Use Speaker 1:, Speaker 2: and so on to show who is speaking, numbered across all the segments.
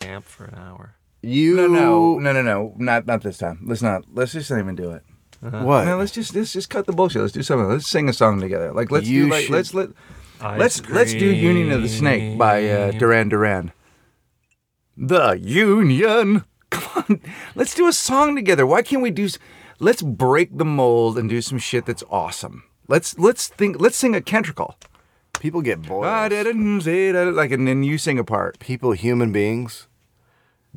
Speaker 1: camp for an hour.
Speaker 2: You
Speaker 3: No, no, no, no, no. Not not this time. Let's not. Let's just not even do it.
Speaker 2: What?
Speaker 3: Man, let's just let's just cut the bullshit. Let's do something. Let's sing a song together. Like let's
Speaker 2: You
Speaker 3: do like
Speaker 2: should-
Speaker 3: let's let
Speaker 1: Ice
Speaker 3: let's let's do Union of the Snake by uh,
Speaker 1: cream.
Speaker 3: Duran Duran. The Union. Come on, let's do a song together. Why can't we do? s- Let's break the mold and do some shit that's awesome. Let's let's think. Let's sing a cantricle.
Speaker 2: People get boiled.
Speaker 3: Ah, da, da, da, da, da, Like and then you sing a part.
Speaker 2: People, human beings,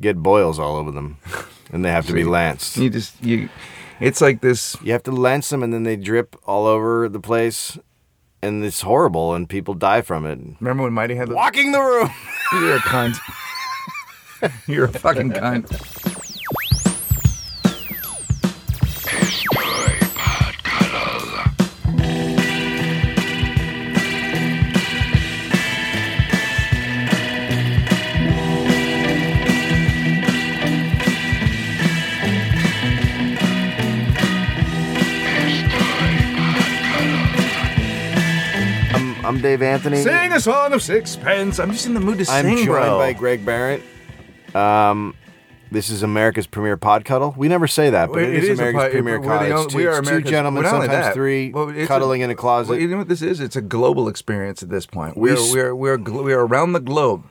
Speaker 2: get boils all over them, and they have to be lanced.
Speaker 3: You just you. It's like this.
Speaker 2: You have to lance them, and then they drip all over the place, and it's horrible, and people die from it.
Speaker 3: Remember when Mighty had the
Speaker 2: Walking the room.
Speaker 3: You're a cunt. You're a fucking cunt.
Speaker 2: I'm, I'm Dave Anthony.
Speaker 3: Sing a song of sixpence. I'm just in the mood to
Speaker 2: I'm
Speaker 3: sing,
Speaker 2: joined
Speaker 3: bro.
Speaker 2: by Greg Barrett. Um, this is America's premier pod cuddle. We never say that, but it is, America's
Speaker 3: pod-
Speaker 2: premier
Speaker 3: we're the
Speaker 2: cuddle.
Speaker 3: only-
Speaker 2: It's two, it's two
Speaker 3: America's-
Speaker 2: gentlemen,
Speaker 3: well, not only
Speaker 2: sometimes
Speaker 3: that,
Speaker 2: three,
Speaker 3: well, it's a-
Speaker 2: cuddling in a closet.
Speaker 3: Well, you know what this is? It's a global experience at this point.
Speaker 2: We
Speaker 3: We're
Speaker 2: s-
Speaker 3: we're we're, glo- we're around the globe.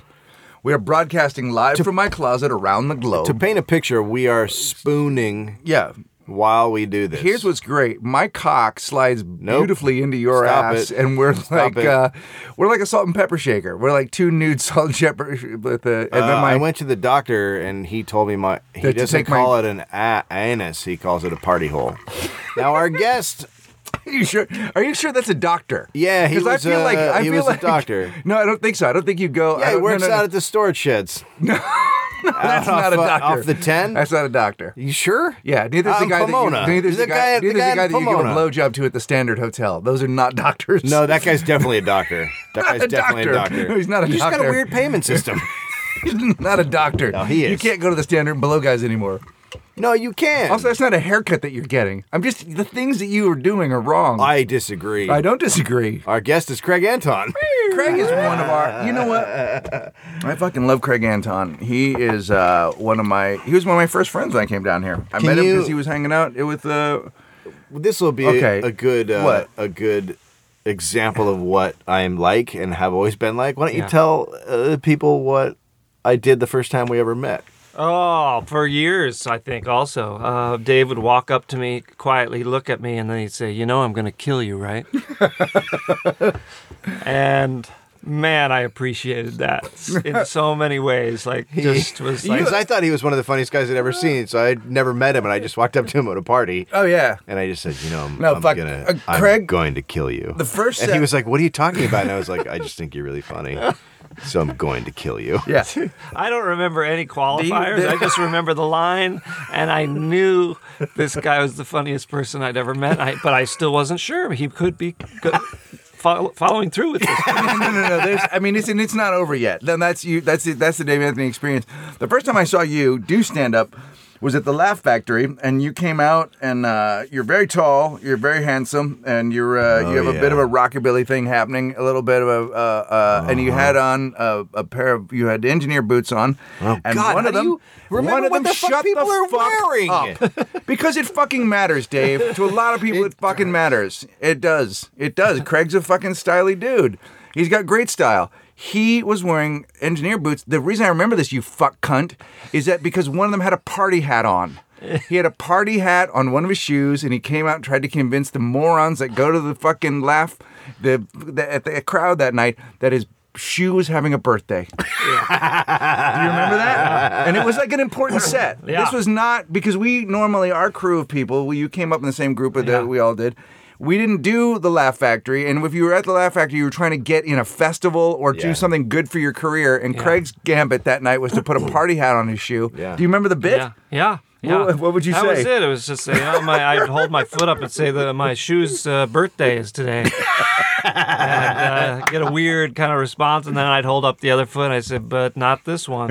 Speaker 3: We are broadcasting live from my closet around the globe.
Speaker 2: to paint a picture, we are spooning
Speaker 3: yeah.
Speaker 2: while we do this.
Speaker 3: Here's what's great. My cock slides beautifully into your
Speaker 2: Stop
Speaker 3: ass,
Speaker 2: it.
Speaker 3: and we're like
Speaker 2: it.
Speaker 3: uh, we're like a salt and pepper shaker. We're like two nude salt and pepper sh- with a, and
Speaker 2: Uh,
Speaker 3: then my
Speaker 2: I went to the doctor and he told me my he
Speaker 3: That to
Speaker 2: doesn't
Speaker 3: take my-
Speaker 2: call it an a- anus, he calls it a party hole. now our guest,
Speaker 3: Are you sure? Are you sure that's a doctor?
Speaker 2: Yeah, he
Speaker 3: 'Cause
Speaker 2: was,
Speaker 3: I feel like
Speaker 2: uh,
Speaker 3: I
Speaker 2: he
Speaker 3: feel
Speaker 2: was a
Speaker 3: like,
Speaker 2: doctor.
Speaker 3: No, I don't think so. I don't think you go. I
Speaker 2: yeah, he
Speaker 3: don't- no,
Speaker 2: works
Speaker 3: no, no.
Speaker 2: out at the storage sheds. No,
Speaker 3: That's not a doctor.
Speaker 2: Off the ten.
Speaker 3: That's not a doctor.
Speaker 2: you sure?
Speaker 3: Yeah, neither's
Speaker 2: Out
Speaker 3: the
Speaker 2: in
Speaker 3: guy
Speaker 2: Pomona.
Speaker 3: that you, neither's
Speaker 2: He's
Speaker 3: the
Speaker 2: the guy
Speaker 3: guy,
Speaker 2: at- the
Speaker 3: neither's
Speaker 2: guy
Speaker 3: the guy
Speaker 2: in
Speaker 3: that you give a
Speaker 2: Pomona.
Speaker 3: blowjob to at the Standard Hotel. Those are not doctors.
Speaker 2: No, that guy's definitely a doctor. That
Speaker 3: Not
Speaker 2: guy's
Speaker 3: a
Speaker 2: definitely a
Speaker 3: doctor.
Speaker 2: doctor.
Speaker 3: No, he's not a
Speaker 2: You just got
Speaker 3: doctor.
Speaker 2: a weird payment system.
Speaker 3: he's not a doctor.
Speaker 2: No, he
Speaker 3: You
Speaker 2: is.
Speaker 3: can't go to the Standard and Below guys anymore.
Speaker 2: no, you can't.
Speaker 3: Also, that's not a haircut that you're getting. I'm just the things that you are doing are wrong.
Speaker 2: I disagree.
Speaker 3: I don't disagree.
Speaker 2: Our guest is Craig Anton.
Speaker 3: Craig is one of our. You know what? I fucking love Craig Anton. He is uh, one of my. He was one of my first friends when I came down here. I
Speaker 2: Can
Speaker 3: met him
Speaker 2: you-
Speaker 3: because he was hanging out with. Uh,
Speaker 2: This will be
Speaker 3: Okay.
Speaker 2: a good uh,
Speaker 3: What?
Speaker 2: a good example of what I'm like and have always been like. Why don't
Speaker 1: Yeah.
Speaker 2: you tell uh, people what I did the first time we ever met?
Speaker 1: Oh, for years, I think also. Uh, Dave would walk up to me quietly, look at me, and then he'd say, You know, I'm going to kill you, right? and man, I appreciated that in so many ways. Like, just was like,
Speaker 2: Because I thought he was one of the funniest guys I'd ever
Speaker 3: Uh.
Speaker 2: seen, so I'd never met him, and I just walked up to him at a party,
Speaker 3: oh yeah.
Speaker 2: and I just said, "You know, I'm,
Speaker 3: No,
Speaker 2: I'm
Speaker 3: fuck,
Speaker 2: gonna,
Speaker 3: uh,
Speaker 2: I'm
Speaker 3: Craig-
Speaker 2: going to kill you."
Speaker 3: The first
Speaker 2: and
Speaker 3: set-
Speaker 2: he was like, "What are you talking about?" And I was like, "I just think you're really funny, so I'm going to kill you."
Speaker 3: Yeah.
Speaker 1: I don't remember any qualifiers.
Speaker 3: did-
Speaker 1: I just remember the line, and I knew this guy was the funniest person I'd ever met. I, but I still wasn't sure he could be go, fol- following through with this.
Speaker 3: no, no, no. There's, I mean, it's and it's not over yet. Then that's you. That's it. That's the Dave Anthony experience. The first time I saw you do stand up was at the Laugh Factory, and you came out, and uh, you're very tall, you're very handsome, and you're uh, you
Speaker 2: Oh,
Speaker 3: have a
Speaker 2: yeah.
Speaker 3: bit of a rockabilly thing happening, a little bit of a, uh, uh, and you
Speaker 2: Uh-huh.
Speaker 3: had on a, a pair of you had engineer boots on,
Speaker 2: Oh,
Speaker 3: and
Speaker 2: God,
Speaker 3: one
Speaker 2: how
Speaker 3: of
Speaker 2: do
Speaker 3: them,
Speaker 2: you remember
Speaker 3: one of
Speaker 2: what
Speaker 3: them
Speaker 2: the fuck
Speaker 3: shut
Speaker 2: people
Speaker 3: the
Speaker 2: are
Speaker 3: fuck
Speaker 2: wearing?
Speaker 3: up. because it fucking matters, Dave. To a lot of people, it, fucking matters. It does. It does. Craig's a fucking styly dude. He's got great style. He was wearing engineer boots. The reason I remember this, you fuck cunt, is that because one of them had a party hat on. He had a party hat on one of his shoes, and he came out and tried to convince the morons that go to the fucking laugh, the, the at the crowd that night that his shoe was having a birthday. Do you remember that? And it was like an important set.
Speaker 1: Yeah.
Speaker 3: This was not because we normally our crew of people. We, you came up in the same group that
Speaker 1: Yeah.
Speaker 3: we all did. We didn't do the Laugh Factory, and if you were at the Laugh Factory, you were trying to get in a festival or
Speaker 2: Yeah.
Speaker 3: do something good for your career. And Craig's gambit that night was to put a party hat on his shoe.
Speaker 2: Yeah.
Speaker 3: Do you remember the bit?
Speaker 1: Yeah, yeah. Yeah.
Speaker 3: What- what would you
Speaker 1: that
Speaker 3: say?
Speaker 1: That was it. It was just, you know, my, I'd hold my foot up and say that my shoe's uh, birthday is today. and, uh, get a weird kind of response, and then I'd hold up the other foot and I said, "But not this one."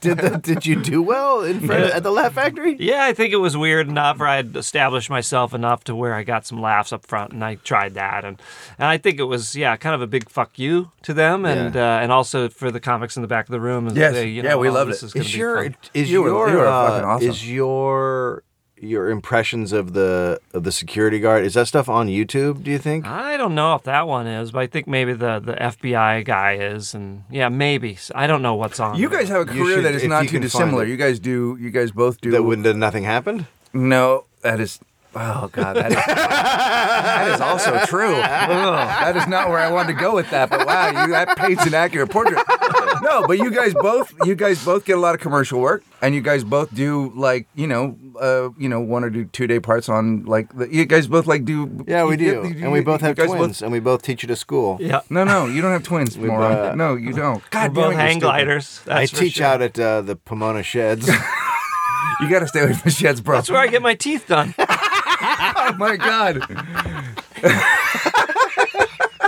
Speaker 2: Did the, did you do well in front of, at the Laugh Factory?
Speaker 1: yeah, I think it was weird enough, or I'd established myself enough to where I got some laughs up front, and I tried that, and and I think it was yeah, kind of a big fuck you to them, and uh, and also for the comics in the back of the room.
Speaker 3: Yes.
Speaker 1: they, you
Speaker 3: Yeah,
Speaker 1: know,
Speaker 3: we
Speaker 1: oh,
Speaker 3: loved
Speaker 1: this
Speaker 3: it.
Speaker 1: is gonna
Speaker 2: Is
Speaker 1: be
Speaker 2: your
Speaker 1: fun.
Speaker 2: is
Speaker 3: You were-
Speaker 2: your
Speaker 3: you were
Speaker 2: uh,
Speaker 3: fucking awesome.
Speaker 2: is your your impressions of the of the security guard is that stuff on YouTube? Do you think?
Speaker 1: I don't know if that one is, but I think maybe the, the FBI guy is, and yeah, maybe. So I don't know what's on.
Speaker 3: You
Speaker 1: there.
Speaker 3: guys have a
Speaker 2: You
Speaker 3: career
Speaker 2: should-
Speaker 3: that is
Speaker 2: if
Speaker 3: not
Speaker 2: you
Speaker 3: too
Speaker 2: can find
Speaker 3: dissimilar.
Speaker 2: it.
Speaker 3: You guys do. You guys both do.
Speaker 2: That when that nothing happened.
Speaker 3: No, that is. Oh God, that is, that is also true. Ugh, that is not where I wanted to go with that, but wow, you, that paints an accurate portrait. No, but you guys both, you guys both get a lot of commercial work, and you guys both do like you know, uh, you know, one or do two day parts on like the, you guys both like do.
Speaker 2: Yeah, we
Speaker 3: you-
Speaker 2: do,
Speaker 3: you-
Speaker 2: and we both
Speaker 3: you
Speaker 2: have
Speaker 3: guys
Speaker 2: twins, and we both teach at a school.
Speaker 1: Yeah.
Speaker 3: no, no, you don't have twins, moron.
Speaker 2: uh,
Speaker 3: no, you don't. God,
Speaker 1: We're both
Speaker 3: damn it, you're
Speaker 1: hang
Speaker 3: stupid.
Speaker 1: gliders. That's
Speaker 2: I
Speaker 1: for
Speaker 2: teach
Speaker 1: sure.
Speaker 2: out at uh, the Pomona Sheds.
Speaker 3: You got to stay away from sheds, bro.
Speaker 1: That's where I get my teeth done.
Speaker 3: Oh my God.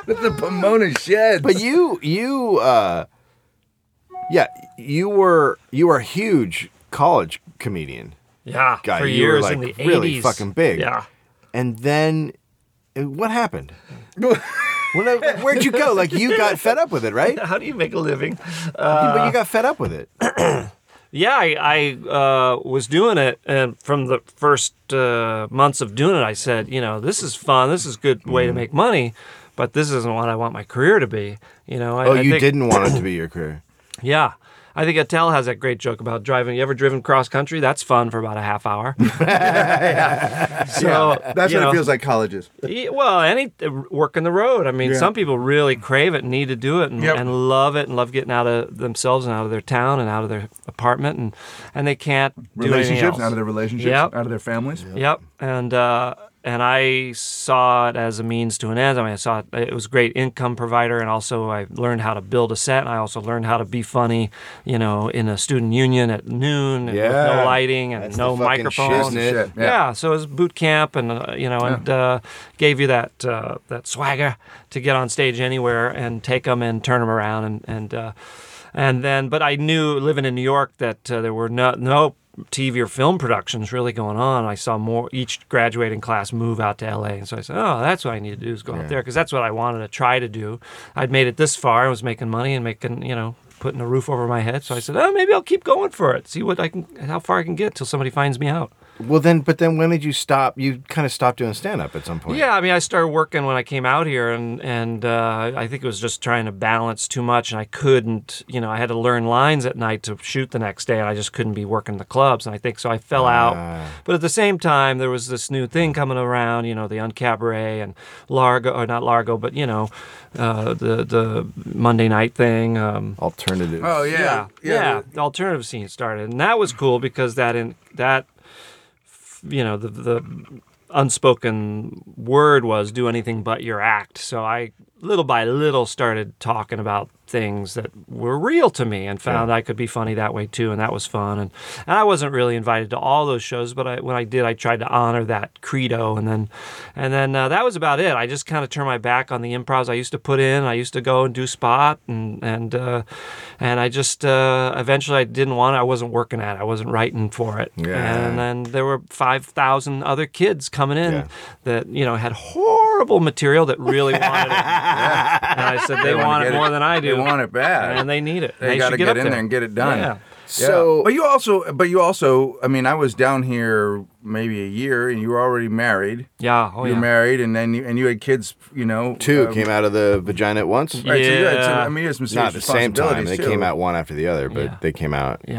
Speaker 3: With the Pomona shed.
Speaker 2: but you you uh yeah you were you were a huge college comedian
Speaker 1: Yeah.
Speaker 2: God,
Speaker 1: for
Speaker 2: you were,
Speaker 1: years in
Speaker 2: like,
Speaker 1: the
Speaker 2: really
Speaker 1: 80s.
Speaker 2: fucking big.
Speaker 1: Yeah.
Speaker 2: and then uh, what happened When- uh, where'd you go like you got fed up with it right
Speaker 1: How do you make a living? Uh,
Speaker 2: but you got fed up with it
Speaker 1: Yeah, I, I uh, was doing it, and from the first uh, months of doing it, I said, you know, this is fun. This is a good
Speaker 3: Mm-hmm.
Speaker 1: way to make money, but this isn't what I want my career to be. You know, I,
Speaker 2: oh
Speaker 1: I
Speaker 2: you
Speaker 1: think-
Speaker 2: didn't want it to be your career
Speaker 1: Yeah. I think Attell has that great joke about driving. You ever driven cross country? That's fun for about a half hour. So
Speaker 2: Uh,
Speaker 3: That's
Speaker 1: you
Speaker 3: what
Speaker 1: know,
Speaker 3: it feels like college is.
Speaker 1: yeah, Well, any uh, work in the road. I mean,
Speaker 3: Yeah.
Speaker 1: some people really crave it and need to do it and,
Speaker 3: Yep.
Speaker 1: and love it and love getting out of themselves and out of their town and out of their apartment and and they can't do anything
Speaker 3: Relationships,
Speaker 1: else.
Speaker 3: out of their relationships,
Speaker 1: Yep.
Speaker 3: out of their families.
Speaker 1: Yep. And uh, and I saw it as a means to an end. I mean, I saw it, it was a great income provider, and also I learned how to build a set. And I also learned how to be funny, you know, in a student union at noon and with
Speaker 2: Yeah.
Speaker 1: no lighting and
Speaker 2: That's
Speaker 1: no
Speaker 2: the fucking
Speaker 1: microphone.
Speaker 2: shiznit.
Speaker 3: Shit,
Speaker 1: Yeah. so it was boot camp, and uh, you know, and uh, gave you that uh, that swagger to get on stage anywhere and take them and turn them around, and and uh, and then. But I knew living in New York that uh, there were no no TV or film productions really going on. I saw more each graduating class move out to LA, and so I said, oh, that's what I need to do is go out there because that's what I wanted to try to do. I'd made it this far, I was making money and making you know putting a roof over my head so i said oh maybe i'll keep going for it see what i can how far i can get till somebody finds me out
Speaker 2: well then but then when did you stop you kind of stopped doing stand-up at some point
Speaker 1: Yeah, I mean, I started working when I came out here, and and uh, I think it was just trying to balance too much, and I couldn't, you know, I had to learn lines at night to shoot the next day, and I just couldn't be working the clubs, and I think so I fell out. But at the same time, there was this new thing coming around, you know, the Uncabaret and Largo, or not Largo, but you know, uh, the the Monday night thing. Um,
Speaker 2: alternative
Speaker 3: Oh, yeah.
Speaker 1: yeah, yeah, The alternative scene started, and that was cool because that in that, f- you know, the the unspoken word was do anything but your act. So I little by little started talking about things that were real to me and found I could be funny that way too and that was fun and, and I wasn't really invited to all those shows but I, when I did I tried to honor that credo and then and then uh, that was about it I just kind of turned my back on the improvs I used to put in I used to go and do spot and and uh, and I just uh, eventually I didn't want it I wasn't working at it I wasn't writing for it
Speaker 2: Yeah.
Speaker 1: and then there were 5,000 other kids coming in
Speaker 2: Yeah.
Speaker 1: that you know had horrible material that really wanted it and I said they,
Speaker 3: wanna
Speaker 1: want it
Speaker 3: get
Speaker 1: more than I do.
Speaker 3: They want it bad.
Speaker 1: and they need it.
Speaker 3: They, got
Speaker 1: should
Speaker 3: to
Speaker 1: get,
Speaker 3: get,
Speaker 1: up
Speaker 3: in there and get it done.
Speaker 1: Yeah.
Speaker 2: So-
Speaker 3: but you also, but you also, I mean, I was down here maybe a year, and you were already married.
Speaker 1: Yeah. Oh
Speaker 3: you were
Speaker 1: yeah.
Speaker 3: married, and then you, and you had kids. You know,
Speaker 2: two
Speaker 3: um,
Speaker 2: came out of the vagina at once
Speaker 3: Right, so you had some,
Speaker 1: Yeah.
Speaker 3: I mean, you had some
Speaker 2: not at
Speaker 3: serious
Speaker 2: the same time they
Speaker 3: responsibilities,
Speaker 2: came
Speaker 3: too.
Speaker 2: out one after the other but
Speaker 1: Yeah.
Speaker 2: they came out
Speaker 1: Yeah.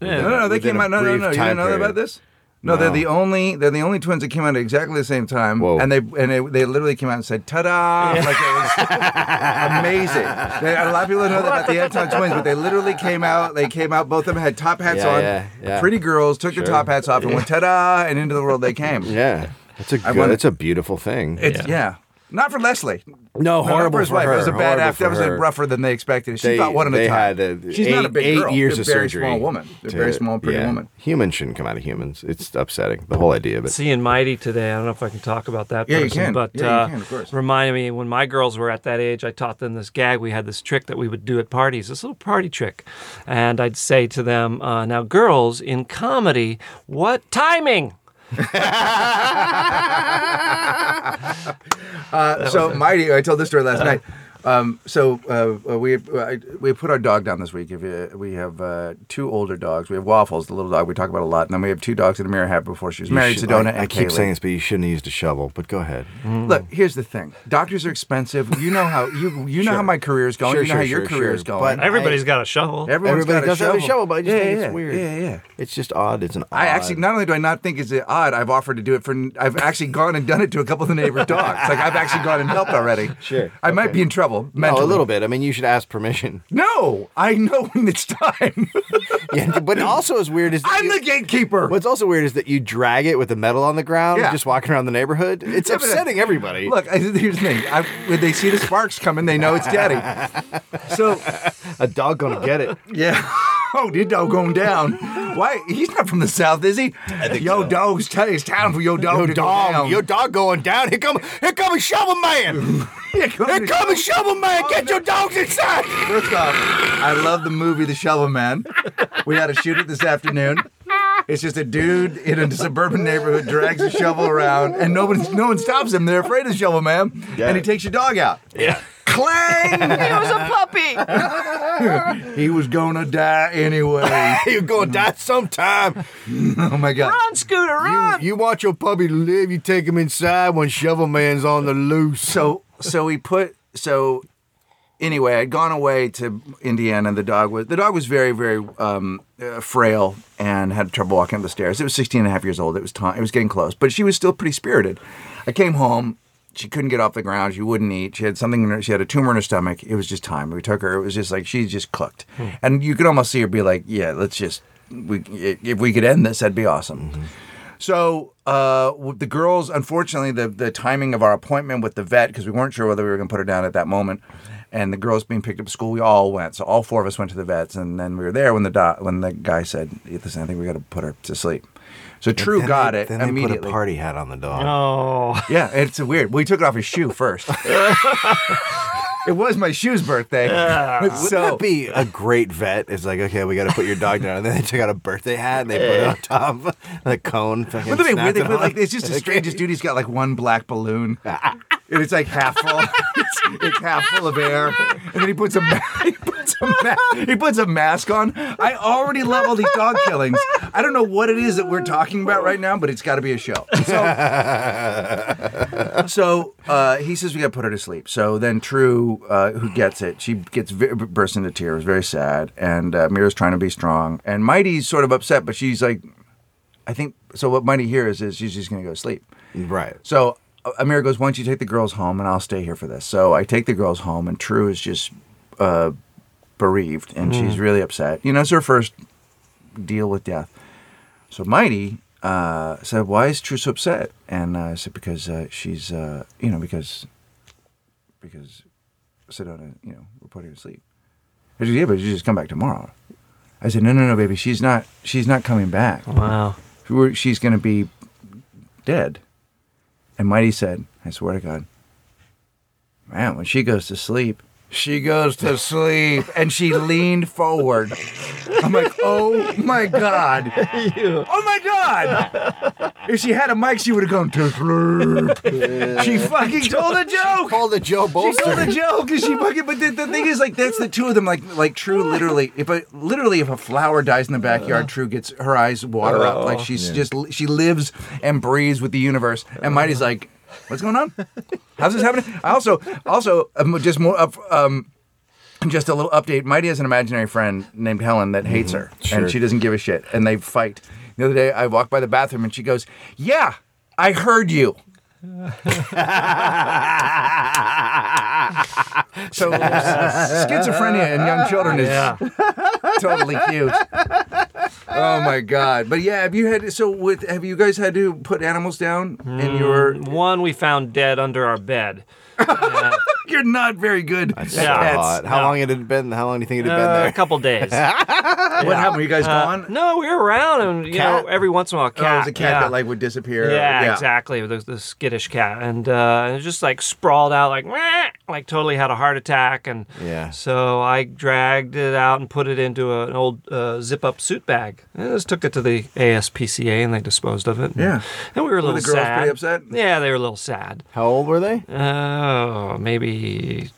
Speaker 3: No, no,
Speaker 1: Yeah.
Speaker 3: no, they
Speaker 2: within
Speaker 3: came
Speaker 2: a
Speaker 3: out. No, no,
Speaker 2: brief
Speaker 3: no. You
Speaker 2: time
Speaker 3: didn't know
Speaker 2: period.
Speaker 3: about this? No, they're
Speaker 2: No.
Speaker 3: the only they're the only twins that came out at exactly the same time,
Speaker 2: Whoa.
Speaker 3: and they and they, they literally came out and said "ta-da!" like it was amazing. They, a lot of people don't know about the Anton twins, but they literally came out. They came out. Both of them had top hats
Speaker 2: Yeah,
Speaker 3: on.
Speaker 2: yeah, yeah.
Speaker 3: Pretty girls took
Speaker 2: Sure.
Speaker 3: their top hats off and went "ta-da!" and into the world they came.
Speaker 2: yeah that's a good,
Speaker 3: wanna-
Speaker 2: that's a beautiful thing
Speaker 3: It's, yeah. Not for Leslie.
Speaker 2: No,
Speaker 3: not
Speaker 2: horrible
Speaker 3: for his
Speaker 2: for
Speaker 3: wife. It was a
Speaker 2: her,
Speaker 3: bad
Speaker 2: horrible
Speaker 3: act.
Speaker 2: for
Speaker 3: That was
Speaker 2: her.
Speaker 3: a rougher than they expected. She thought one at
Speaker 2: they
Speaker 3: a time.
Speaker 2: Had a,
Speaker 3: She's
Speaker 2: eight,
Speaker 3: not a big
Speaker 2: eight
Speaker 3: girl.
Speaker 2: years
Speaker 3: They're
Speaker 2: of
Speaker 3: very
Speaker 2: surgery.
Speaker 3: small woman. They're very small, pretty woman.
Speaker 2: Humans shouldn't come out of humans. It's upsetting. The whole idea, but
Speaker 1: seeing Mighty today. I don't know if I can talk about that.
Speaker 3: Yeah, you
Speaker 1: person,
Speaker 3: can.
Speaker 1: But
Speaker 3: Yeah, you
Speaker 1: uh,
Speaker 3: can, of course.
Speaker 1: reminded me when my girls were at that age, I taught them this gag. We had this trick that we would do at parties, this little party trick, and I'd say to them, uh, "Now, girls, in comedy, what timing?"
Speaker 3: Uh, so mighty, I told this story last night. Um, so uh, uh, we uh, we put our dog down this week. If you, we have uh, two older dogs, we have Waffles, the little dog we talk about a lot, and then we have two dogs that Amira had before she was
Speaker 2: You
Speaker 3: married,
Speaker 2: should-
Speaker 3: Sedona
Speaker 2: I,
Speaker 3: and
Speaker 2: I keep
Speaker 3: Kaylee.
Speaker 2: saying this, but you shouldn't have used a shovel. But go ahead.
Speaker 3: Look, here's the thing: doctors are expensive. You know how you you know how my career is going.
Speaker 2: Sure,
Speaker 3: you know
Speaker 2: sure,
Speaker 3: how your
Speaker 2: sure,
Speaker 3: career
Speaker 2: sure.
Speaker 3: is going.
Speaker 2: But-
Speaker 1: Everybody's got a shovel.
Speaker 3: Everyone's
Speaker 2: Everybody
Speaker 3: got
Speaker 2: does
Speaker 3: a
Speaker 2: have
Speaker 3: shovel.
Speaker 2: a shovel, but I just
Speaker 3: yeah,
Speaker 2: think
Speaker 3: yeah,
Speaker 2: it's weird.
Speaker 3: Yeah, yeah.
Speaker 2: It's just odd. It's an. Odd,
Speaker 3: I actually not only do I not think it's odd, I've offered to do it for. I've actually gone and done it to a couple of the neighbors' dogs. Like I've actually gone and helped already.
Speaker 2: Sure,
Speaker 3: I might
Speaker 2: okay.
Speaker 3: be in trouble mentally.
Speaker 2: No, a little bit. I mean, you should ask permission.
Speaker 3: No, I know when it's time.
Speaker 2: Yeah, but also as weird as
Speaker 3: I'm
Speaker 2: you-
Speaker 3: the gatekeeper.
Speaker 2: What's also weird is that you drag it with the metal on the ground,
Speaker 3: Yeah.
Speaker 2: just walking around the neighborhood. It's
Speaker 3: Yeah, but- uh,
Speaker 2: upsetting everybody.
Speaker 3: Look, I, here's the thing. I, when they see the sparks coming, they know it's daddy. So,
Speaker 2: a dog gonna get it.
Speaker 3: yeah. Oh, the dog going down. Why? He's not from the south, is he? I think yo,
Speaker 2: so.
Speaker 3: dog's t- it's time for yo dog
Speaker 2: Your
Speaker 3: to go
Speaker 2: dog,
Speaker 3: down.
Speaker 2: your dog going down. Here come, here come a shovel man.
Speaker 3: Here comes
Speaker 2: Here
Speaker 3: the-
Speaker 2: come a shovel man. Get your dogs inside.
Speaker 3: First off, I love the movie The Shovel Man. We had a shoot it this afternoon. It's just a dude in a suburban neighborhood drags a shovel around, and nobody, no one stops him. They're afraid of the shovel man, and he takes your dog out.
Speaker 2: Yeah.
Speaker 3: Clang!
Speaker 4: He was a puppy.
Speaker 3: he was gonna die anyway.
Speaker 2: You're
Speaker 3: Mm-hmm.
Speaker 2: gonna die sometime.
Speaker 3: Oh my god!
Speaker 4: Run, Scooter,
Speaker 2: You,
Speaker 4: run.
Speaker 2: you want your puppy to live? You take him inside when shovel man's on the loose.
Speaker 3: So so we put so anyway, I'd gone away to Indiana. The dog was the dog was very very um, uh, frail and had trouble walking up the stairs. It was 16 and a half years old. It was time. It was getting close, but she was still pretty spirited. I came home. She couldn't get off the ground. She wouldn't eat. She had something. In her, she had a tumor in her stomach. It was just time. We took her. It was just like she just cooked, and you could almost see her be like, "Yeah, let's just we if we could end this, that'd be awesome." So uh, w- the girls, unfortunately, the the timing of our appointment with the vet because we weren't sure whether we were going to put her down at that moment, and the girls being picked up at school, we all went. So all four of us went to the vets, and then we were there when the doc, when the guy said, "Listen, I think we got to put her to sleep." So True got it
Speaker 2: Then
Speaker 3: immediately.
Speaker 2: they put a party hat on the dog.
Speaker 1: Oh,
Speaker 3: Yeah, it's weird. We took it off his shoe first. it was my shoe's birthday.
Speaker 2: Wouldn't
Speaker 3: so
Speaker 2: that be a great vet? It's like, okay, we got to put your dog down, and then they took out a birthday hat and they put it on top of the cone. fucking
Speaker 3: Wouldn't it be
Speaker 2: snapped
Speaker 3: weird? They
Speaker 2: it
Speaker 3: put
Speaker 2: on.
Speaker 3: like it's just the strangest dude. He's got like one black balloon, and it's like half full. it's, it's half full of air, and then he puts a ma- he puts a, ma- he puts a mask on. I already love all these dog killings. I don't know what it is that we're talking about right now, but it's got to be a show. So, so uh, he says we got to put her to sleep. So then True, uh, who gets it, she gets ve- bursts into tears, very sad, and uh, Mira's trying to be strong, and Mighty's sort of upset, but she's like. I think so. What Mighty hears is she's just gonna go to sleep.
Speaker 2: right.
Speaker 3: So uh, Amira goes, "Why don't you take the girls home, and I'll stay here for this." So I take the girls home, and True is just uh, bereaved, and she's really upset. You know, it's her first deal with death. So Mighty uh, said, "Why is True so upset?" And uh, I said, "Because uh, she's, uh, you know, because because Sedona, you know, we're putting her to sleep." I said, "Yeah, but you just come back tomorrow." I said, "No, no, no, baby. She's not. She's not coming back."
Speaker 1: wow.
Speaker 3: we're, she's going to be dead. And Mighty said, I swear to God, man, when she goes to sleep, she goes to sleep. And she leaned forward. I'm like, oh my God. Oh my God. If she had a mic, she would have gone to sleep. She fucking told a joke.
Speaker 2: Call the Joe
Speaker 3: She told
Speaker 2: Bolster.
Speaker 3: a joke because she fucking. But the, the thing is, like, that's the two of them. Like, like True, literally, if a literally if a flower dies in the backyard, True gets her eyes water up. Like she's just she lives and breathes with the universe. And Mighty's like, what's going on? How's this happening? I also also um, just more of um. Just a little update. Mighty has an imaginary friend named Helen that hates her,
Speaker 2: Sure.
Speaker 3: and she doesn't give a shit. And they fight. The other day, I walked by the bathroom, and she goes, "Yeah, I heard you." So schizophrenia in young children is
Speaker 1: Yeah.
Speaker 3: totally cute. Oh my god! But yeah, have you had so
Speaker 1: Mm.
Speaker 3: with have you guys had to put animals down in your
Speaker 1: One we found dead under our bed.
Speaker 3: You're not very good.
Speaker 2: That's so
Speaker 3: at
Speaker 1: Yeah.
Speaker 2: hot. How
Speaker 1: Yeah.
Speaker 2: long had it been? How long do you think it had been
Speaker 1: Uh, a
Speaker 2: there?
Speaker 1: couple days.
Speaker 3: that. What happened? Were you guys
Speaker 1: Uh,
Speaker 3: gone?
Speaker 1: no, we were around, and you know,
Speaker 2: Cat?
Speaker 1: every once in a while, a
Speaker 3: Oh,
Speaker 1: cat.
Speaker 3: it was a cat
Speaker 1: yeah.
Speaker 3: that like uh, would disappear.
Speaker 1: Yeah, exactly. The, the skittish cat, and uh, it was just like sprawled out, like "Meh," like totally had a heart attack, and
Speaker 2: Yeah.
Speaker 1: So I dragged it out and put it into a- an old uh, zip-up suit bag. And I just took it to the ASPCA, and they disposed of it.
Speaker 3: Yeah.
Speaker 1: and we were a little
Speaker 3: the girls
Speaker 1: sad.
Speaker 3: pretty upset?
Speaker 1: Yeah, they were a little sad.
Speaker 2: How old were they?
Speaker 1: Oh, maybe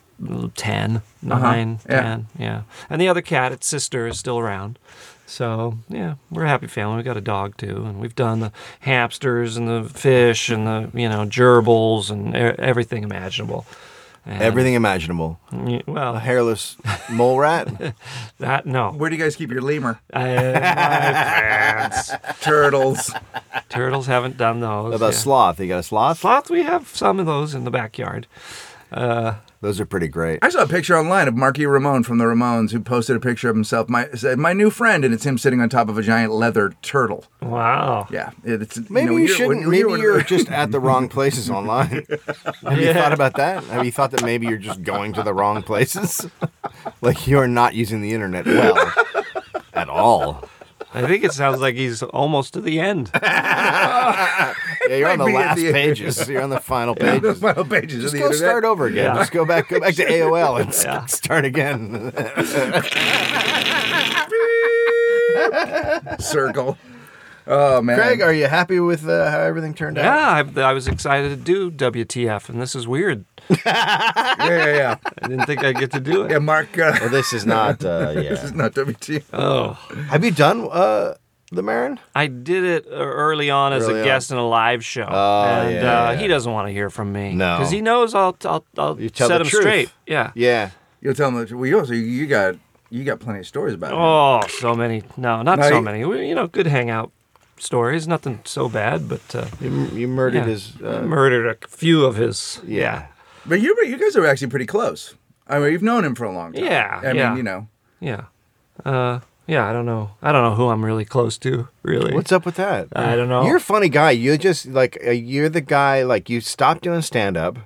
Speaker 1: 10, 9,
Speaker 3: Yeah.
Speaker 1: 10. Yeah. And the other cat, its sister, is still around. So, yeah, we're a happy family. We've got a dog too. And we've done the hamsters and the fish and the, you know, gerbils and e- everything imaginable. And,
Speaker 2: Everything imaginable.
Speaker 1: y-
Speaker 2: A
Speaker 1: Well,
Speaker 2: hairless mole rat.
Speaker 1: that, no.
Speaker 3: Where do you guys keep your lemur?
Speaker 1: I, my plants.
Speaker 3: Turtles.
Speaker 1: Turtles haven't done those.
Speaker 2: What about
Speaker 1: yeah.
Speaker 2: sloth? You got a sloth?
Speaker 1: Sloth, we have some of those in the backyard.
Speaker 2: Those are pretty great.
Speaker 3: I saw a picture online of Marky Ramone from the Ramones who posted a picture of himself. My said, my new friend, and it's him sitting on top of a giant leather turtle.
Speaker 1: Wow.
Speaker 3: Yeah, it's you
Speaker 2: Maybe
Speaker 3: know,
Speaker 2: you,
Speaker 3: you're-
Speaker 2: shouldn't.
Speaker 3: when- when
Speaker 2: maybe
Speaker 3: when-
Speaker 2: you're just at the wrong places online. Have you thought about that? Have you thought that maybe you're just going to the wrong places? like you are not using the internet well at all.
Speaker 1: I think it sounds like he's almost to the end.
Speaker 2: Yeah, you're on the
Speaker 3: Might be at
Speaker 2: last
Speaker 3: the-
Speaker 2: pages. You're on the final pages.
Speaker 3: the final pages
Speaker 2: Just
Speaker 3: of the
Speaker 2: go
Speaker 3: internet.
Speaker 2: start over again.
Speaker 1: Yeah.
Speaker 2: Just go back. Go back to AOL and s-
Speaker 1: Yeah.
Speaker 2: start again.
Speaker 3: circle. Oh man,
Speaker 2: Craig, are you happy with uh, how everything turned out?
Speaker 1: Yeah, I, I was excited to do WTF, and this is weird.
Speaker 3: yeah, yeah, yeah.
Speaker 1: I didn't think I'd get to do
Speaker 3: Yeah,
Speaker 1: it.
Speaker 3: Mark. Uh,
Speaker 2: Well, this is not. Uh,
Speaker 3: this
Speaker 2: yeah.
Speaker 3: is not WT.
Speaker 1: Oh,
Speaker 2: Have you done uh, the Marin?
Speaker 1: I did it e, early on as
Speaker 2: Early
Speaker 1: a
Speaker 2: on.
Speaker 1: guest in a live show,
Speaker 2: Oh,
Speaker 1: and
Speaker 2: yeah,
Speaker 1: uh,
Speaker 2: yeah.
Speaker 1: he doesn't want to hear from me
Speaker 2: No.
Speaker 1: because he knows I'll I'll, I'll
Speaker 2: You tell
Speaker 1: set
Speaker 2: the
Speaker 1: him
Speaker 2: truth.
Speaker 1: straight. Yeah.
Speaker 2: Yeah.
Speaker 3: You'll tell them. Well, you also you got you got plenty of stories about. it.
Speaker 1: Oh, so many. No, not
Speaker 3: No,
Speaker 1: so
Speaker 3: you-
Speaker 1: many. We, you know, good hangout stories. Nothing so bad, but uh,
Speaker 2: You, you murdered
Speaker 1: yeah.
Speaker 2: his. Uh,
Speaker 1: murdered a few of his.
Speaker 2: yeah.
Speaker 3: But you you guys are actually pretty close. I mean, you've known him for a long time.
Speaker 1: Yeah,
Speaker 3: I mean,
Speaker 1: yeah.
Speaker 3: you know.
Speaker 1: yeah, Uh, yeah. I don't know. I don't know who I'm really close to. Really.
Speaker 2: What's up with that?
Speaker 1: I don't know.
Speaker 2: You're a funny guy. You just like uh, you're the guy like you stop doing stand up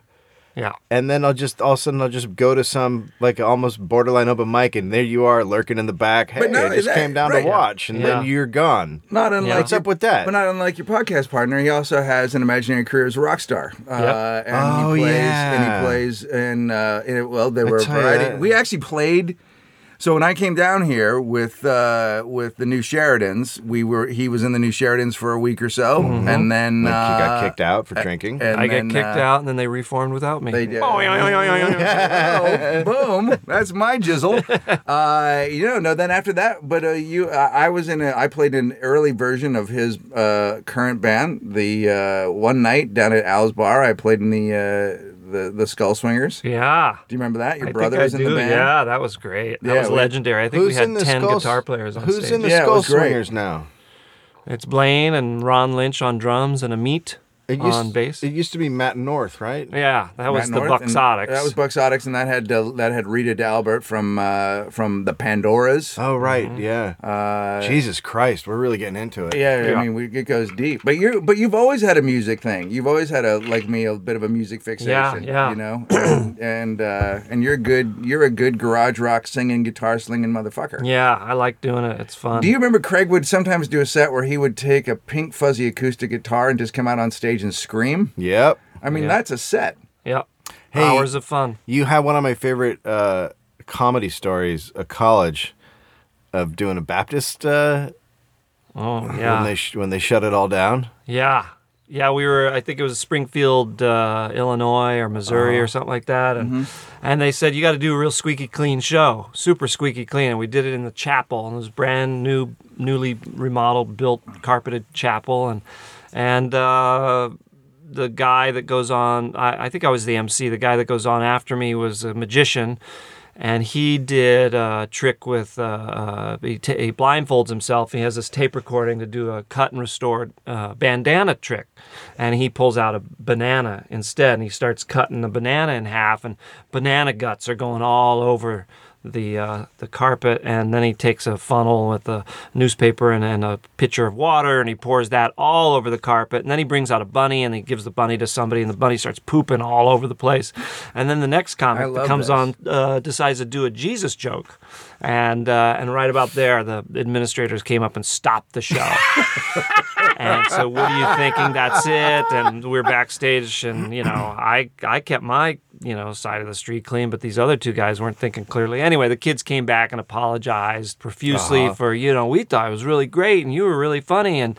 Speaker 1: yeah.
Speaker 2: and then I'll just all of a sudden I'll just go to some like almost borderline open mic and there you are lurking in the back. Hey,
Speaker 3: But not
Speaker 2: I just
Speaker 3: that-
Speaker 2: came down
Speaker 3: right.
Speaker 2: to watch and then
Speaker 1: Yeah.
Speaker 2: you're gone.
Speaker 3: Not unlike
Speaker 1: What's
Speaker 3: your-
Speaker 2: up with that?
Speaker 3: But not unlike your podcast partner, he also has an imaginary career as a rock star. Uh, and
Speaker 2: Oh,
Speaker 3: he plays,
Speaker 2: yeah.
Speaker 3: And he plays in, uh, in it, well, there were a
Speaker 2: tell you
Speaker 3: variety.
Speaker 2: that-
Speaker 3: We actually played. So when I came down here with uh, with the new Sheridans, we were he was in the new Sheridans for a week or so, and
Speaker 2: Mm-hmm.
Speaker 3: then
Speaker 2: Like you
Speaker 3: uh,
Speaker 2: got kicked out for drinking.
Speaker 3: and
Speaker 1: I
Speaker 3: then,
Speaker 1: get kicked
Speaker 3: uh,
Speaker 1: out, and then they reformed without me.
Speaker 3: They did.
Speaker 1: Oh, yeah, yeah, yeah, yeah, yeah.
Speaker 3: Oh, boom! That's my jizzle. Uh, you know, no. Then after that, but uh, you, I I was in. A, I played an early version of his uh, current band. The uh, one night down at Al's Bar, I played in the uh, the the Skull Swingers. Do
Speaker 1: Yeah.
Speaker 3: you remember that? Your
Speaker 1: I
Speaker 3: brother
Speaker 1: think I
Speaker 3: was in
Speaker 1: do.
Speaker 3: the band.
Speaker 1: Yeah, that was great. That
Speaker 3: Yeah,
Speaker 1: was
Speaker 3: we-
Speaker 1: legendary. I think we had ten
Speaker 2: Skull-
Speaker 1: guitar players on
Speaker 2: Who's
Speaker 1: stage.
Speaker 2: in the
Speaker 3: Yeah, it
Speaker 2: Skull
Speaker 3: was great.
Speaker 2: Swingers now?
Speaker 1: It's Blaine and Ron Lynch on drums and Amit
Speaker 2: It used,
Speaker 1: on bass.
Speaker 2: It used to be Matt North, right?
Speaker 1: yeah, that was
Speaker 3: Matt
Speaker 1: the
Speaker 3: North, and
Speaker 1: Buxotics.
Speaker 3: That was Buxotics, and that had uh, that had Rita D'Albert from uh, from the Pandoras.
Speaker 2: Oh right,
Speaker 1: Mm-hmm.
Speaker 2: yeah.
Speaker 3: Uh,
Speaker 2: Jesus Christ, we're really getting into it.
Speaker 3: Yeah,
Speaker 1: Yeah.
Speaker 3: I mean, we, it goes deep. But you, but you've always had a music thing. You've always had a like me a bit of a music fixation.
Speaker 1: yeah.
Speaker 3: You know, and and, uh, and you're good. You're a good garage rock singing, guitar slinging motherfucker.
Speaker 1: yeah, I like doing it. It's fun.
Speaker 3: Do you remember Craig would sometimes do a set where he would take a pink fuzzy acoustic guitar and just come out on stage and scream?
Speaker 2: Yep.
Speaker 3: I mean,
Speaker 1: Yeah.
Speaker 3: that's a set.
Speaker 1: yeah.
Speaker 2: Hey.
Speaker 1: Hours of fun.
Speaker 2: You had one of my favorite uh, comedy stories, a college, of doing a Baptist uh,
Speaker 1: Oh
Speaker 2: when
Speaker 1: yeah.
Speaker 2: they sh- when they shut it all down.
Speaker 1: Yeah. Yeah, we were. I think it was Springfield, uh, Illinois, or Missouri, or something like that. And and they said you got to do a real squeaky clean show, super squeaky clean. And we did it in the chapel, and it was brand new, newly remodeled, built, carpeted chapel. And and uh, the guy that goes on, I, I think I was the MC. The guy that goes on after me was a magician, and he did a trick with uh, uh, he, ta he blindfolds himself. He has this tape recording to do a cut and restored uh, bandana trick, and he pulls out a banana instead, and he starts cutting the banana in half, and banana guts are going all over the uh, the carpet, and then he takes a funnel with a newspaper and, and a pitcher of water, and he pours that all over the carpet, and then he brings out a bunny and he gives the bunny to somebody, and the bunny starts pooping all over the place, and then the next comic that
Speaker 3: love
Speaker 1: comes
Speaker 3: this.
Speaker 1: on uh, decides to do a Jesus joke, and uh, and right about there, the administrators came up and stopped the show. and so, what are you thinking? That's it. And we're backstage, and you know, I I kept my you know side of the street clean, but these other two guys weren't thinking clearly. Anyway, the kids came back and apologized profusely for you know we thought it was really great and you were really funny and.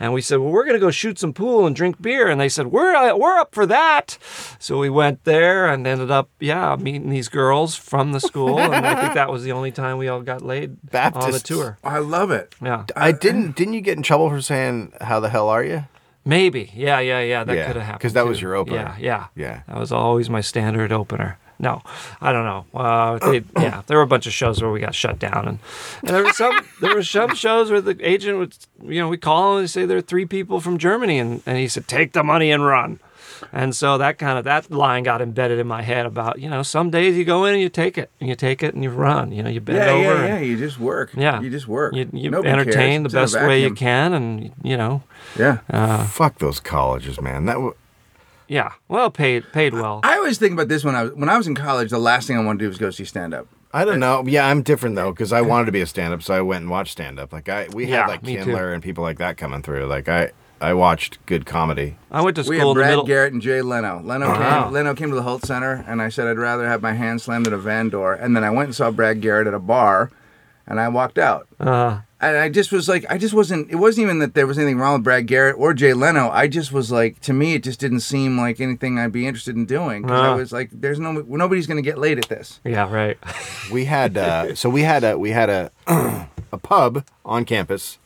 Speaker 1: And we said, well, we're going to go shoot some pool and drink beer. And they said, we're, uh, we're up for that. So we went there and ended up, yeah, meeting these girls from the school. And I think that was the only time we all got laid on the
Speaker 2: Baptists.
Speaker 1: tour.
Speaker 3: I love it.
Speaker 1: Yeah.
Speaker 2: I didn't. Didn't you get in trouble for saying "How the hell are you"?
Speaker 1: Maybe. Yeah, yeah, yeah. That
Speaker 2: Yeah,
Speaker 1: could have happened.
Speaker 2: 'cause that
Speaker 1: too.
Speaker 2: was your opener.
Speaker 1: Yeah, yeah.
Speaker 2: Yeah.
Speaker 1: That was always my standard opener. No, I don't know. Uh, they, yeah, there were a bunch of shows where we got shut down, and, and there were some there were some shows where the agent would, you know, we call and they say there are three people from Germany, and, and he said take the money and run, and so that kind of that line got embedded in my head about you know some days you go in and you take it and you take it and you run, you know, you bend
Speaker 3: Yeah,
Speaker 1: over.
Speaker 3: yeah,
Speaker 1: and-
Speaker 3: yeah. You just work.
Speaker 1: yeah.
Speaker 3: You just work.
Speaker 1: You, you
Speaker 3: Nobody cares.
Speaker 1: entertain
Speaker 3: It's
Speaker 1: the
Speaker 3: in a
Speaker 1: best way you
Speaker 3: vacuum.
Speaker 1: can, Uh, and you know,
Speaker 3: Yeah.
Speaker 1: Uh-huh.
Speaker 2: Fuck those colleges, man. That w-
Speaker 1: yeah, well paid paid well.
Speaker 3: I always think about this when I was when I was in college. The last thing I wanted to do was go see stand up.
Speaker 2: I don't know. Yeah, I'm different though because I wanted to be a stand-up, so I went and watched stand-up. Like I, we
Speaker 1: Yeah,
Speaker 2: had like
Speaker 1: me too.
Speaker 2: Kindler and people like that coming through. Like I, I watched good comedy.
Speaker 1: I went to
Speaker 3: We
Speaker 1: school
Speaker 3: had
Speaker 1: in the
Speaker 3: Brad
Speaker 1: middle. Oh,
Speaker 3: Garrett and Jay Leno. Leno
Speaker 1: Wow.
Speaker 3: came, Leno came to the Holt Center, and I said I'd rather have my hand slammed in a van door. And then I went and saw Brad Garrett at a bar, and I walked out.
Speaker 1: Uh,
Speaker 3: And I just was like, I just wasn't. It wasn't even that there was anything wrong with Brad Garrett or Jay Leno. I just was like, to me, it just didn't seem like anything I'd be interested in doing. 'Cause I
Speaker 1: Ah.
Speaker 3: was like, there's no nobody's going to get laid at this.
Speaker 1: yeah, right.
Speaker 2: We had uh, so we had a we had a a pub on campus,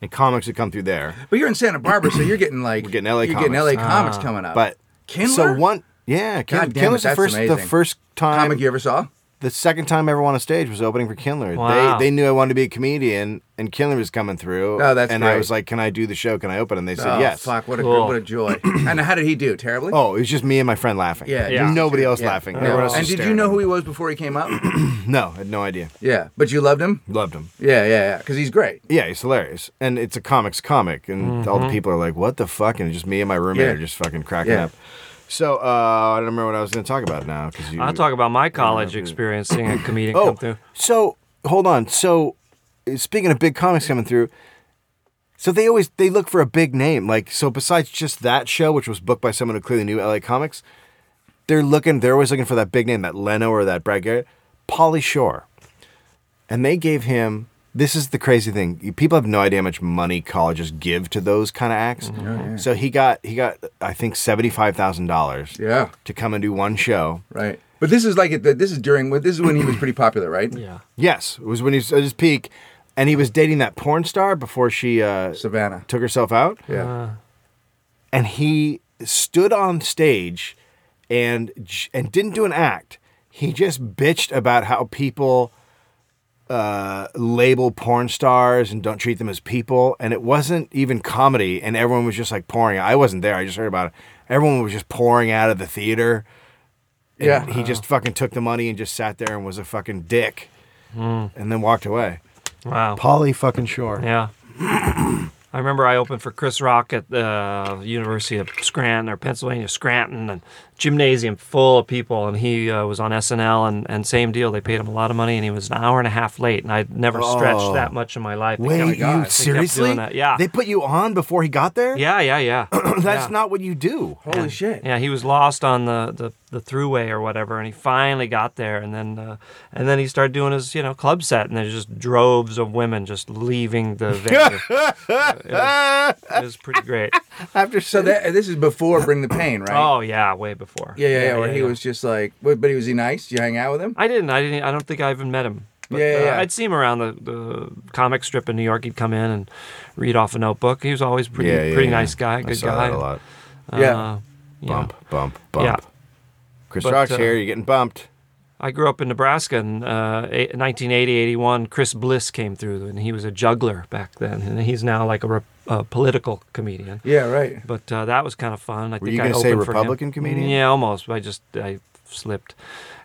Speaker 2: and comics would come through there.
Speaker 3: But you're in Santa Barbara, so you're getting like
Speaker 2: We're getting LA
Speaker 3: you're getting LA
Speaker 2: comics.
Speaker 3: comics
Speaker 1: Ah.
Speaker 3: coming up.
Speaker 2: But
Speaker 3: Uh, Kindler?
Speaker 2: so one, yeah,
Speaker 3: God
Speaker 2: Kind
Speaker 3: damn it,
Speaker 2: Kindler's the
Speaker 3: that's
Speaker 2: first the
Speaker 3: amazing.
Speaker 2: first time
Speaker 3: comic you ever saw?
Speaker 2: the second time I ever on a stage was opening for Kindler.
Speaker 1: Wow.
Speaker 2: They they knew I wanted to be a comedian, and Kindler was coming through.
Speaker 3: Oh, that's
Speaker 2: and I
Speaker 3: great.
Speaker 2: was like, "Can I do the show? Can I open?" And they said,
Speaker 3: Oh,
Speaker 2: "Yes."
Speaker 3: Fuck! What a
Speaker 1: Cool.
Speaker 3: what a joy! and how did he do? Terribly.
Speaker 2: Oh, it was just me and my friend laughing.
Speaker 3: Yeah,
Speaker 1: Yeah.
Speaker 2: nobody else laughing. Everyone else
Speaker 3: And
Speaker 2: was
Speaker 3: did you
Speaker 2: staring
Speaker 3: know
Speaker 2: at
Speaker 3: who
Speaker 2: me.
Speaker 3: he was before he came up?
Speaker 2: No, I had no idea.
Speaker 3: yeah, but you loved him.
Speaker 2: Loved him.
Speaker 3: Yeah, yeah, yeah. Because he's great.
Speaker 2: Yeah, he's hilarious, and it's a comics comic, and all the people are like, "What the fuck?" And just me and my roommate
Speaker 3: Yeah.
Speaker 2: are just fucking cracking
Speaker 3: Yeah.
Speaker 2: up. So uh, I don't remember what I was going to talk about now because you.
Speaker 1: I'll talk about my college experience seeing a comedian
Speaker 2: Oh,
Speaker 1: come through.
Speaker 2: so hold on. So uh, speaking of big comics coming through, so they always they look for a big name. Like so, besides just that show, which was booked by someone who clearly knew LA comics, they're looking. They're always looking for that big name, that Leno or that Brad Garrett, Polly Shore, and they gave him. This is the crazy thing. You- People have no idea how much money colleges give to those kind of acts. So he got he got I think seventy five thousand dollars.
Speaker 3: Yeah.
Speaker 2: To come and do one show.
Speaker 3: Right. But this is like at the, this is during this is when he was pretty popular, right?
Speaker 1: Yeah.
Speaker 2: Yes, it was when he was at his peak, and he was dating that porn star before she uh,
Speaker 3: Savannah.
Speaker 2: took herself out.
Speaker 1: Uh,
Speaker 3: Yeah.
Speaker 2: And he stood on stage, and j- and didn't do an act. He just bitched about how people uh, label porn stars and don't treat them as people, and it wasn't even comedy. And everyone was just like pouring. I wasn't there. I just heard about it. Everyone was just pouring out of the theater. And
Speaker 3: Yeah.
Speaker 2: he just fucking took the money and just sat there and was a fucking dick, and then walked away.
Speaker 1: Wow.
Speaker 2: Polly fucking Shore.
Speaker 1: Yeah. I remember I opened for Chris Rock at the University of Scranton or Pennsylvania Scranton and gymnasium full of people and he uh, was on SNL and, and same deal they paid him a lot of money and he was an hour and a half late and I'd never stretched
Speaker 2: Oh.
Speaker 1: that much in my life. They
Speaker 2: Wait,
Speaker 1: kept-
Speaker 2: you
Speaker 1: they kept doing
Speaker 2: seriously?
Speaker 1: that. Yeah.
Speaker 2: They put you on before he got there?
Speaker 1: yeah, yeah, yeah.
Speaker 2: That's
Speaker 1: Yeah.
Speaker 2: not what you do.
Speaker 3: Holy shit.
Speaker 1: Yeah, he was lost on the, the, the throughway or whatever, and he finally got there, and then uh, and then he started doing his you know club set, and there's just droves of women just leaving the venue. it, was, it was pretty great.
Speaker 2: After
Speaker 3: So that this is before Bring the Pain, right?
Speaker 1: Oh yeah, way before.
Speaker 3: Yeah, yeah, yeah. Where he was just like, but, but he was he nice? Did you hang out with him?
Speaker 1: I didn't. I didn't. I don't think I even met him. But,
Speaker 3: Yeah, yeah,
Speaker 1: uh,
Speaker 3: yeah.
Speaker 1: I'd see him around the, the comic strip in New York. He'd come in and read off a notebook. He was always pretty pretty nice guy, good
Speaker 2: I saw
Speaker 1: guy. Uh,
Speaker 2: That a lot.
Speaker 3: yeah.
Speaker 1: yeah.
Speaker 2: Bump, bump, bump.
Speaker 1: Yeah.
Speaker 2: Chris
Speaker 1: But,
Speaker 2: Rock's
Speaker 1: uh,
Speaker 2: here. You're getting bumped.
Speaker 1: I grew up in Nebraska in uh, eight- 1980, 81. Chris Bliss came through, and he was a juggler back then, and he's now like a, re- a political comedian.
Speaker 3: Yeah, right.
Speaker 1: But uh, that was kind of fun. I
Speaker 2: Were
Speaker 1: think
Speaker 2: you
Speaker 1: I
Speaker 2: gonna say
Speaker 1: opened for him.
Speaker 2: Republican comedian?
Speaker 1: Yeah, almost. I just I slipped.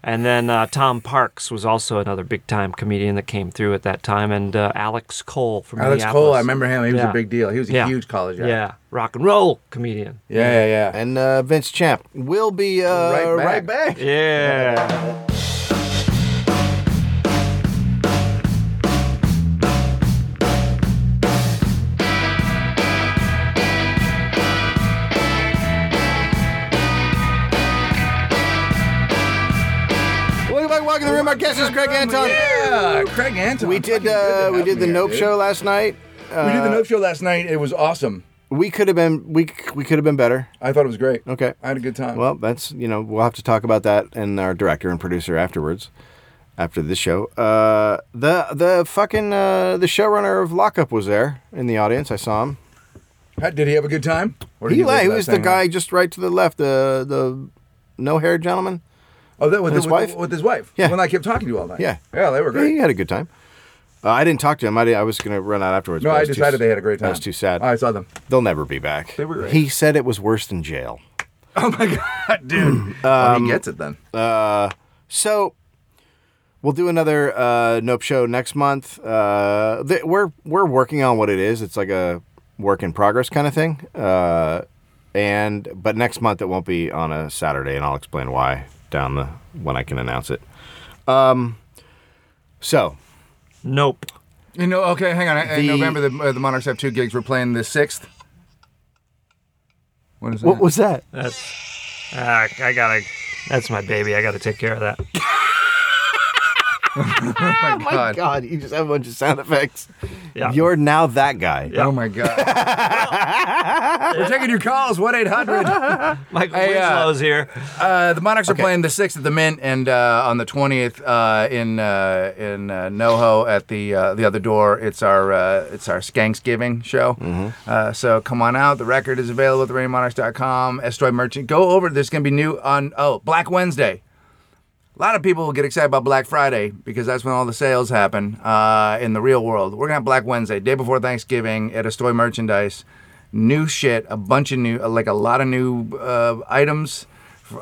Speaker 1: And then uh, Tom Parks was also another big time comedian that came through at that time, and uh, Alex Cole from
Speaker 3: Alex
Speaker 1: Minneapolis.
Speaker 3: Cole, I remember him. He was
Speaker 1: Yeah.
Speaker 3: a big deal. He was a
Speaker 1: Yeah.
Speaker 3: huge college guy.
Speaker 1: Yeah, rock and roll comedian.
Speaker 3: yeah, yeah, yeah.
Speaker 2: And uh, Vince Champ will be uh,
Speaker 3: Right back.
Speaker 2: right back.
Speaker 1: Yeah.
Speaker 2: Welcome back, welcome to the room. Our guest is Greg Anton.
Speaker 3: Yeah, Craig Anton.
Speaker 2: We did
Speaker 3: Fucking good to
Speaker 2: uh, we
Speaker 3: have
Speaker 2: did
Speaker 3: him
Speaker 2: the
Speaker 3: here,
Speaker 2: Nope
Speaker 3: dude.
Speaker 2: show last night. Uh,
Speaker 3: We did the Nope show last night. It was awesome.
Speaker 2: We could have been we we could have been better.
Speaker 3: I thought it was great.
Speaker 2: Okay.
Speaker 3: I had a good time.
Speaker 2: Well, that's you know we'll have to talk about that and our director and producer afterwards, after this show. Uh, the the fucking uh, the showrunner of Lockup was there in the audience. I saw him.
Speaker 3: How- did he have a good time? Or did
Speaker 2: He,
Speaker 3: leave
Speaker 2: he
Speaker 3: that
Speaker 2: was the
Speaker 3: thing
Speaker 2: guy
Speaker 3: off?
Speaker 2: just right to the left. The the no hair gentleman.
Speaker 3: Oh, that with
Speaker 2: and his
Speaker 3: with-
Speaker 2: wife?
Speaker 3: With his wife.
Speaker 2: Yeah.
Speaker 3: When I kept talking to you all night.
Speaker 2: Yeah.
Speaker 3: Yeah, they were
Speaker 2: Yeah, he
Speaker 3: great.
Speaker 2: had a good time. Uh, I didn't talk to him. I, did- I was gonna run out afterwards.
Speaker 3: No,
Speaker 2: but
Speaker 3: I
Speaker 2: was too
Speaker 3: decided
Speaker 2: s-
Speaker 3: they had a great time.
Speaker 2: I was too sad.
Speaker 3: I saw them.
Speaker 2: They'll never be back.
Speaker 3: They were great.
Speaker 2: He said it was worse than jail.
Speaker 3: Oh my god, dude. Well,
Speaker 2: Um,
Speaker 3: he gets it then.
Speaker 2: So we'll do another uh, Nope show next month. Uh, th- we're we're working on what it is. It's like a work in progress kind of thing. Uh, and but next month it won't be on a Saturday, and I'll explain why down the when I can announce it. Um, so
Speaker 1: Nope.
Speaker 3: You know, okay, hang on. In
Speaker 2: The-
Speaker 3: November, the, uh, the Monarchs have two gigs. We're playing the sixth. What is that?
Speaker 2: what was that?
Speaker 1: That's. Uh, I gotta. That's my baby. I gotta take care of that.
Speaker 3: oh my
Speaker 2: My
Speaker 3: god.
Speaker 2: God, you just have a bunch of sound effects.
Speaker 1: Yeah.
Speaker 2: You're now that guy.
Speaker 1: Yeah.
Speaker 3: Oh my god. We're taking your calls. One eight hundred.
Speaker 1: Michael
Speaker 3: Hey, uh,
Speaker 1: Winslow's here.
Speaker 3: Uh, the Monarchs are playing the sixth at the Mint, and uh, on the twentieth uh, in uh, in uh, NoHo at the uh, the other door. It's our uh, it's our Skanksgiving show. Uh, so come on out. The record is available at therainmonarchs.com. Estoy merchant. Go over. There's gonna be new on oh Black Wednesday. A lot of people get excited about Black Friday because that's when all the sales happen uh, in the real world. We're gonna have Black Wednesday, day before Thanksgiving, at Astoy Merchandise. New shit, a bunch of new, like a lot of new uh, items.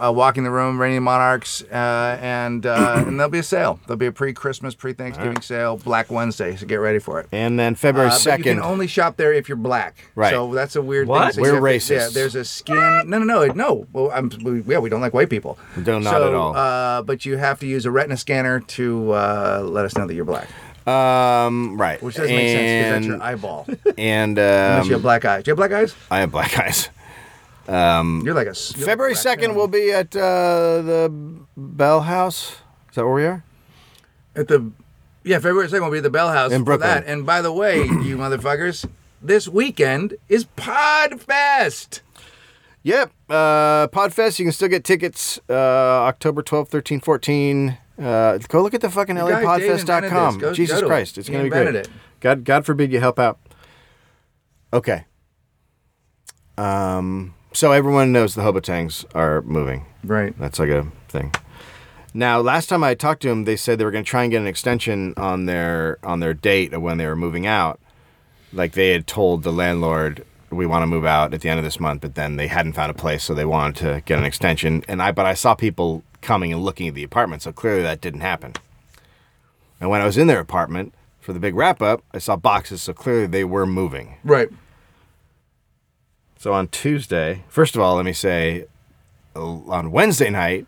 Speaker 3: Uh, walking the room, reigning monarchs, uh, and uh, and there'll be a sale. There'll be a pre-Christmas, pre-Thanksgiving sale, Black Wednesday. So get ready for it.
Speaker 2: And then February
Speaker 3: Uh, but you
Speaker 2: second.
Speaker 3: can only shop there if you're black.
Speaker 2: Right.
Speaker 3: So that's a weird
Speaker 1: What?
Speaker 3: thing.
Speaker 2: We're
Speaker 3: Except that- Yeah,
Speaker 2: racist.
Speaker 3: there's a skin. No, no, no, no. Well, I'm, we, yeah, we don't like white people.
Speaker 2: No, not
Speaker 3: So,
Speaker 2: at all.
Speaker 3: Uh, but you have to use a retina scanner to uh, let us know that you're black,
Speaker 2: um, right.
Speaker 3: which doesn't make sense because that's your
Speaker 2: And-
Speaker 3: eyeball.
Speaker 2: And
Speaker 3: Unless you
Speaker 2: um,
Speaker 3: have black eyes. Do you have black eyes?
Speaker 2: I have black eyes.
Speaker 3: You're like a s- you're like a
Speaker 2: um, February
Speaker 3: raccoon.
Speaker 2: second, we'll be at uh, the Bell House. Is that where we are?
Speaker 3: at the yeah February second will be at the Bell House
Speaker 2: In
Speaker 3: for
Speaker 2: Brooklyn.
Speaker 3: that. And by the way, you motherfuckers, this weekend is Podfest.
Speaker 2: Yep. Uh, Podfest. You can still get tickets. Uh, October 12th, 13, 14. Uh, go look at the fucking
Speaker 3: guy Dave invented
Speaker 2: LAPodfest.com.
Speaker 3: this. Go-
Speaker 2: Jesus
Speaker 3: go to it.
Speaker 2: Christ, it's
Speaker 3: He
Speaker 2: gonna be great.
Speaker 3: invented it.
Speaker 2: God, God forbid you help out. Okay. Um. So everyone knows the Hobotangs are moving.
Speaker 3: Right.
Speaker 2: That's like a thing. Now, last time I talked to them, they said they were going to try and get an extension on their on their date of when they were moving out. Like they had told the landlord, "We want to move out at the end of this month," but then they hadn't found a place, so they wanted to get an extension. And I, but I saw people coming and looking at the apartment, so clearly that didn't happen. And when I was in their apartment for the big wrap up, I saw boxes, so clearly they were moving.
Speaker 3: Right.
Speaker 2: So on Tuesday, first of all, let me say, uh, on Wednesday night,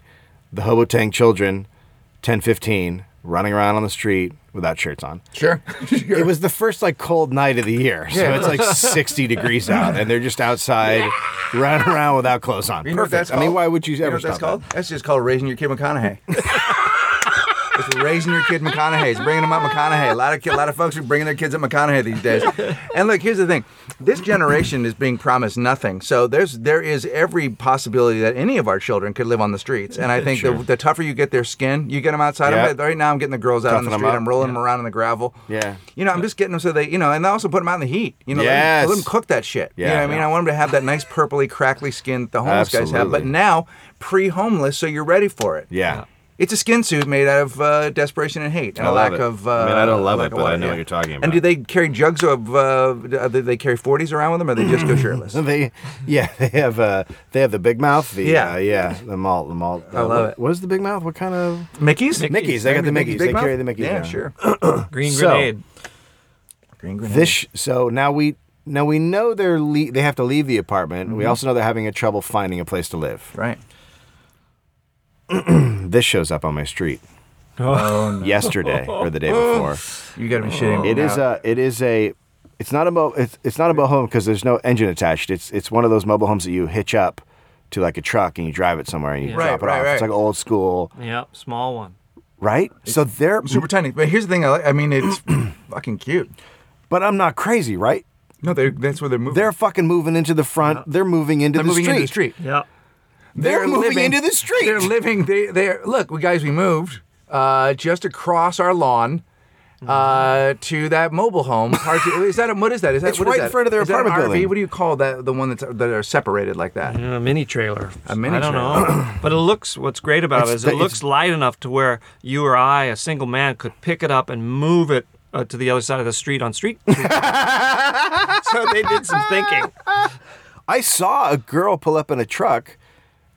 Speaker 2: the Hobotang children, 1015, running around on the street without shirts on.
Speaker 3: Sure.
Speaker 2: It was the first like cold night of the year. So
Speaker 3: Yeah.
Speaker 2: it's like 60 degrees out and they're just outside running around without clothes on.
Speaker 3: You know what
Speaker 2: Perfect.
Speaker 3: that's
Speaker 2: I mean,
Speaker 3: called?
Speaker 2: why would you
Speaker 3: know
Speaker 2: ever
Speaker 3: what that's
Speaker 2: stop
Speaker 3: called? That's just called raising your kid McConaughey. it's raising your kid McConaughey. It's bringing them up McConaughey. A lot of ki- a lot of folks are bringing their kids up McConaughey these days. And look, here's the thing: this generation is being promised nothing. So there's there is every possibility that any of our children could live on the streets. And I think the, the tougher you get their skin, you get them outside
Speaker 2: Yeah.
Speaker 3: of it. Right now, I'm getting the girls out on
Speaker 2: Toughen
Speaker 3: the
Speaker 2: them
Speaker 3: street.
Speaker 2: up.
Speaker 3: I'm rolling them around in the gravel.
Speaker 2: Yeah.
Speaker 3: You know, I'm just getting them so they, you know, and I also put them out in the heat. You know, let 'em-
Speaker 2: Yes.
Speaker 3: let them cook that shit. You know
Speaker 2: Yeah.
Speaker 3: what I mean? I want them to have that nice purpley, crackly skin that the homeless guys have. But
Speaker 2: Absolutely.
Speaker 3: now pre-homeless, so you're ready for it.
Speaker 2: Yeah.
Speaker 3: It's a skin suit made out of uh, desperation and hate and
Speaker 4: I
Speaker 3: a
Speaker 4: love
Speaker 3: lack
Speaker 4: it.
Speaker 3: of. Uh,
Speaker 4: I mean, I don't love
Speaker 3: lack
Speaker 4: it,
Speaker 3: of
Speaker 4: but I know
Speaker 3: yeah.
Speaker 4: what you're talking
Speaker 3: And
Speaker 4: about.
Speaker 3: do they carry jugs of? Uh, do they- they carry forties around with them, or they just go shirtless?
Speaker 2: They, yeah, they have uh, they have the big mouth. The, yeah, uh,
Speaker 3: Yeah.
Speaker 2: yeah, the malt, the malt.
Speaker 3: I love it.
Speaker 2: What is the big mouth? What kind of
Speaker 3: Mickey's.
Speaker 2: Mickey's? They got the Mickey's.
Speaker 3: Mickey's
Speaker 2: They
Speaker 3: Big
Speaker 2: carry
Speaker 3: Mouth?
Speaker 2: the Mickey's.
Speaker 3: Yeah,
Speaker 2: around.
Speaker 3: sure.
Speaker 1: Green
Speaker 2: So-
Speaker 1: grenade.
Speaker 3: Green grenade.
Speaker 2: This sh- so now we now we know they're le- they have to leave the apartment.
Speaker 3: Mm-hmm.
Speaker 2: We also know they're having a trouble finding a place to live.
Speaker 3: right.
Speaker 2: This shows up on my street
Speaker 3: Oh, no. Oh,
Speaker 2: yesterday or the day before.
Speaker 3: you got to be shitting.
Speaker 2: It
Speaker 3: me
Speaker 2: is uh,
Speaker 3: now.
Speaker 2: a it is a it's not a mo- it's, it's not a mobile home because there's no engine attached. It's it's one of those mobile homes that you hitch up to like a truck and you drive it somewhere and you
Speaker 1: Yeah.
Speaker 2: drop
Speaker 3: Right,
Speaker 2: it
Speaker 3: right,
Speaker 2: off. It's
Speaker 3: right.
Speaker 2: like old school,
Speaker 1: Yep, small one.
Speaker 2: right? so they're
Speaker 3: super tiny. But here's the thing. I, like, I mean, it's fucking cute.
Speaker 2: but I'm not crazy, right?
Speaker 3: No, they that's where they're moving.
Speaker 2: They're fucking moving into the front. They're moving into
Speaker 3: They're
Speaker 2: the
Speaker 3: moving
Speaker 2: street.
Speaker 3: into the street.
Speaker 1: Yep.
Speaker 2: They're, moving into the street.
Speaker 3: They're living. They they look. We guys, we moved uh, just across our lawn uh, to that mobile home. Park- is that a, what is that? Is that
Speaker 2: It's
Speaker 3: what is
Speaker 2: right in
Speaker 3: that?
Speaker 2: front of their
Speaker 3: Is that an
Speaker 2: apartment
Speaker 3: RV?
Speaker 2: building.
Speaker 3: What do you call that? The one that's that are separated like that.
Speaker 1: A mini trailer.
Speaker 3: A mini
Speaker 1: I don't know. but it looks, what's great about it
Speaker 2: It's
Speaker 1: is
Speaker 2: the-
Speaker 1: it looks light enough to where you or I, a single man, could pick it up and move it uh, to the other side of the street on street. so they did some thinking.
Speaker 2: I saw a girl pull up in a truck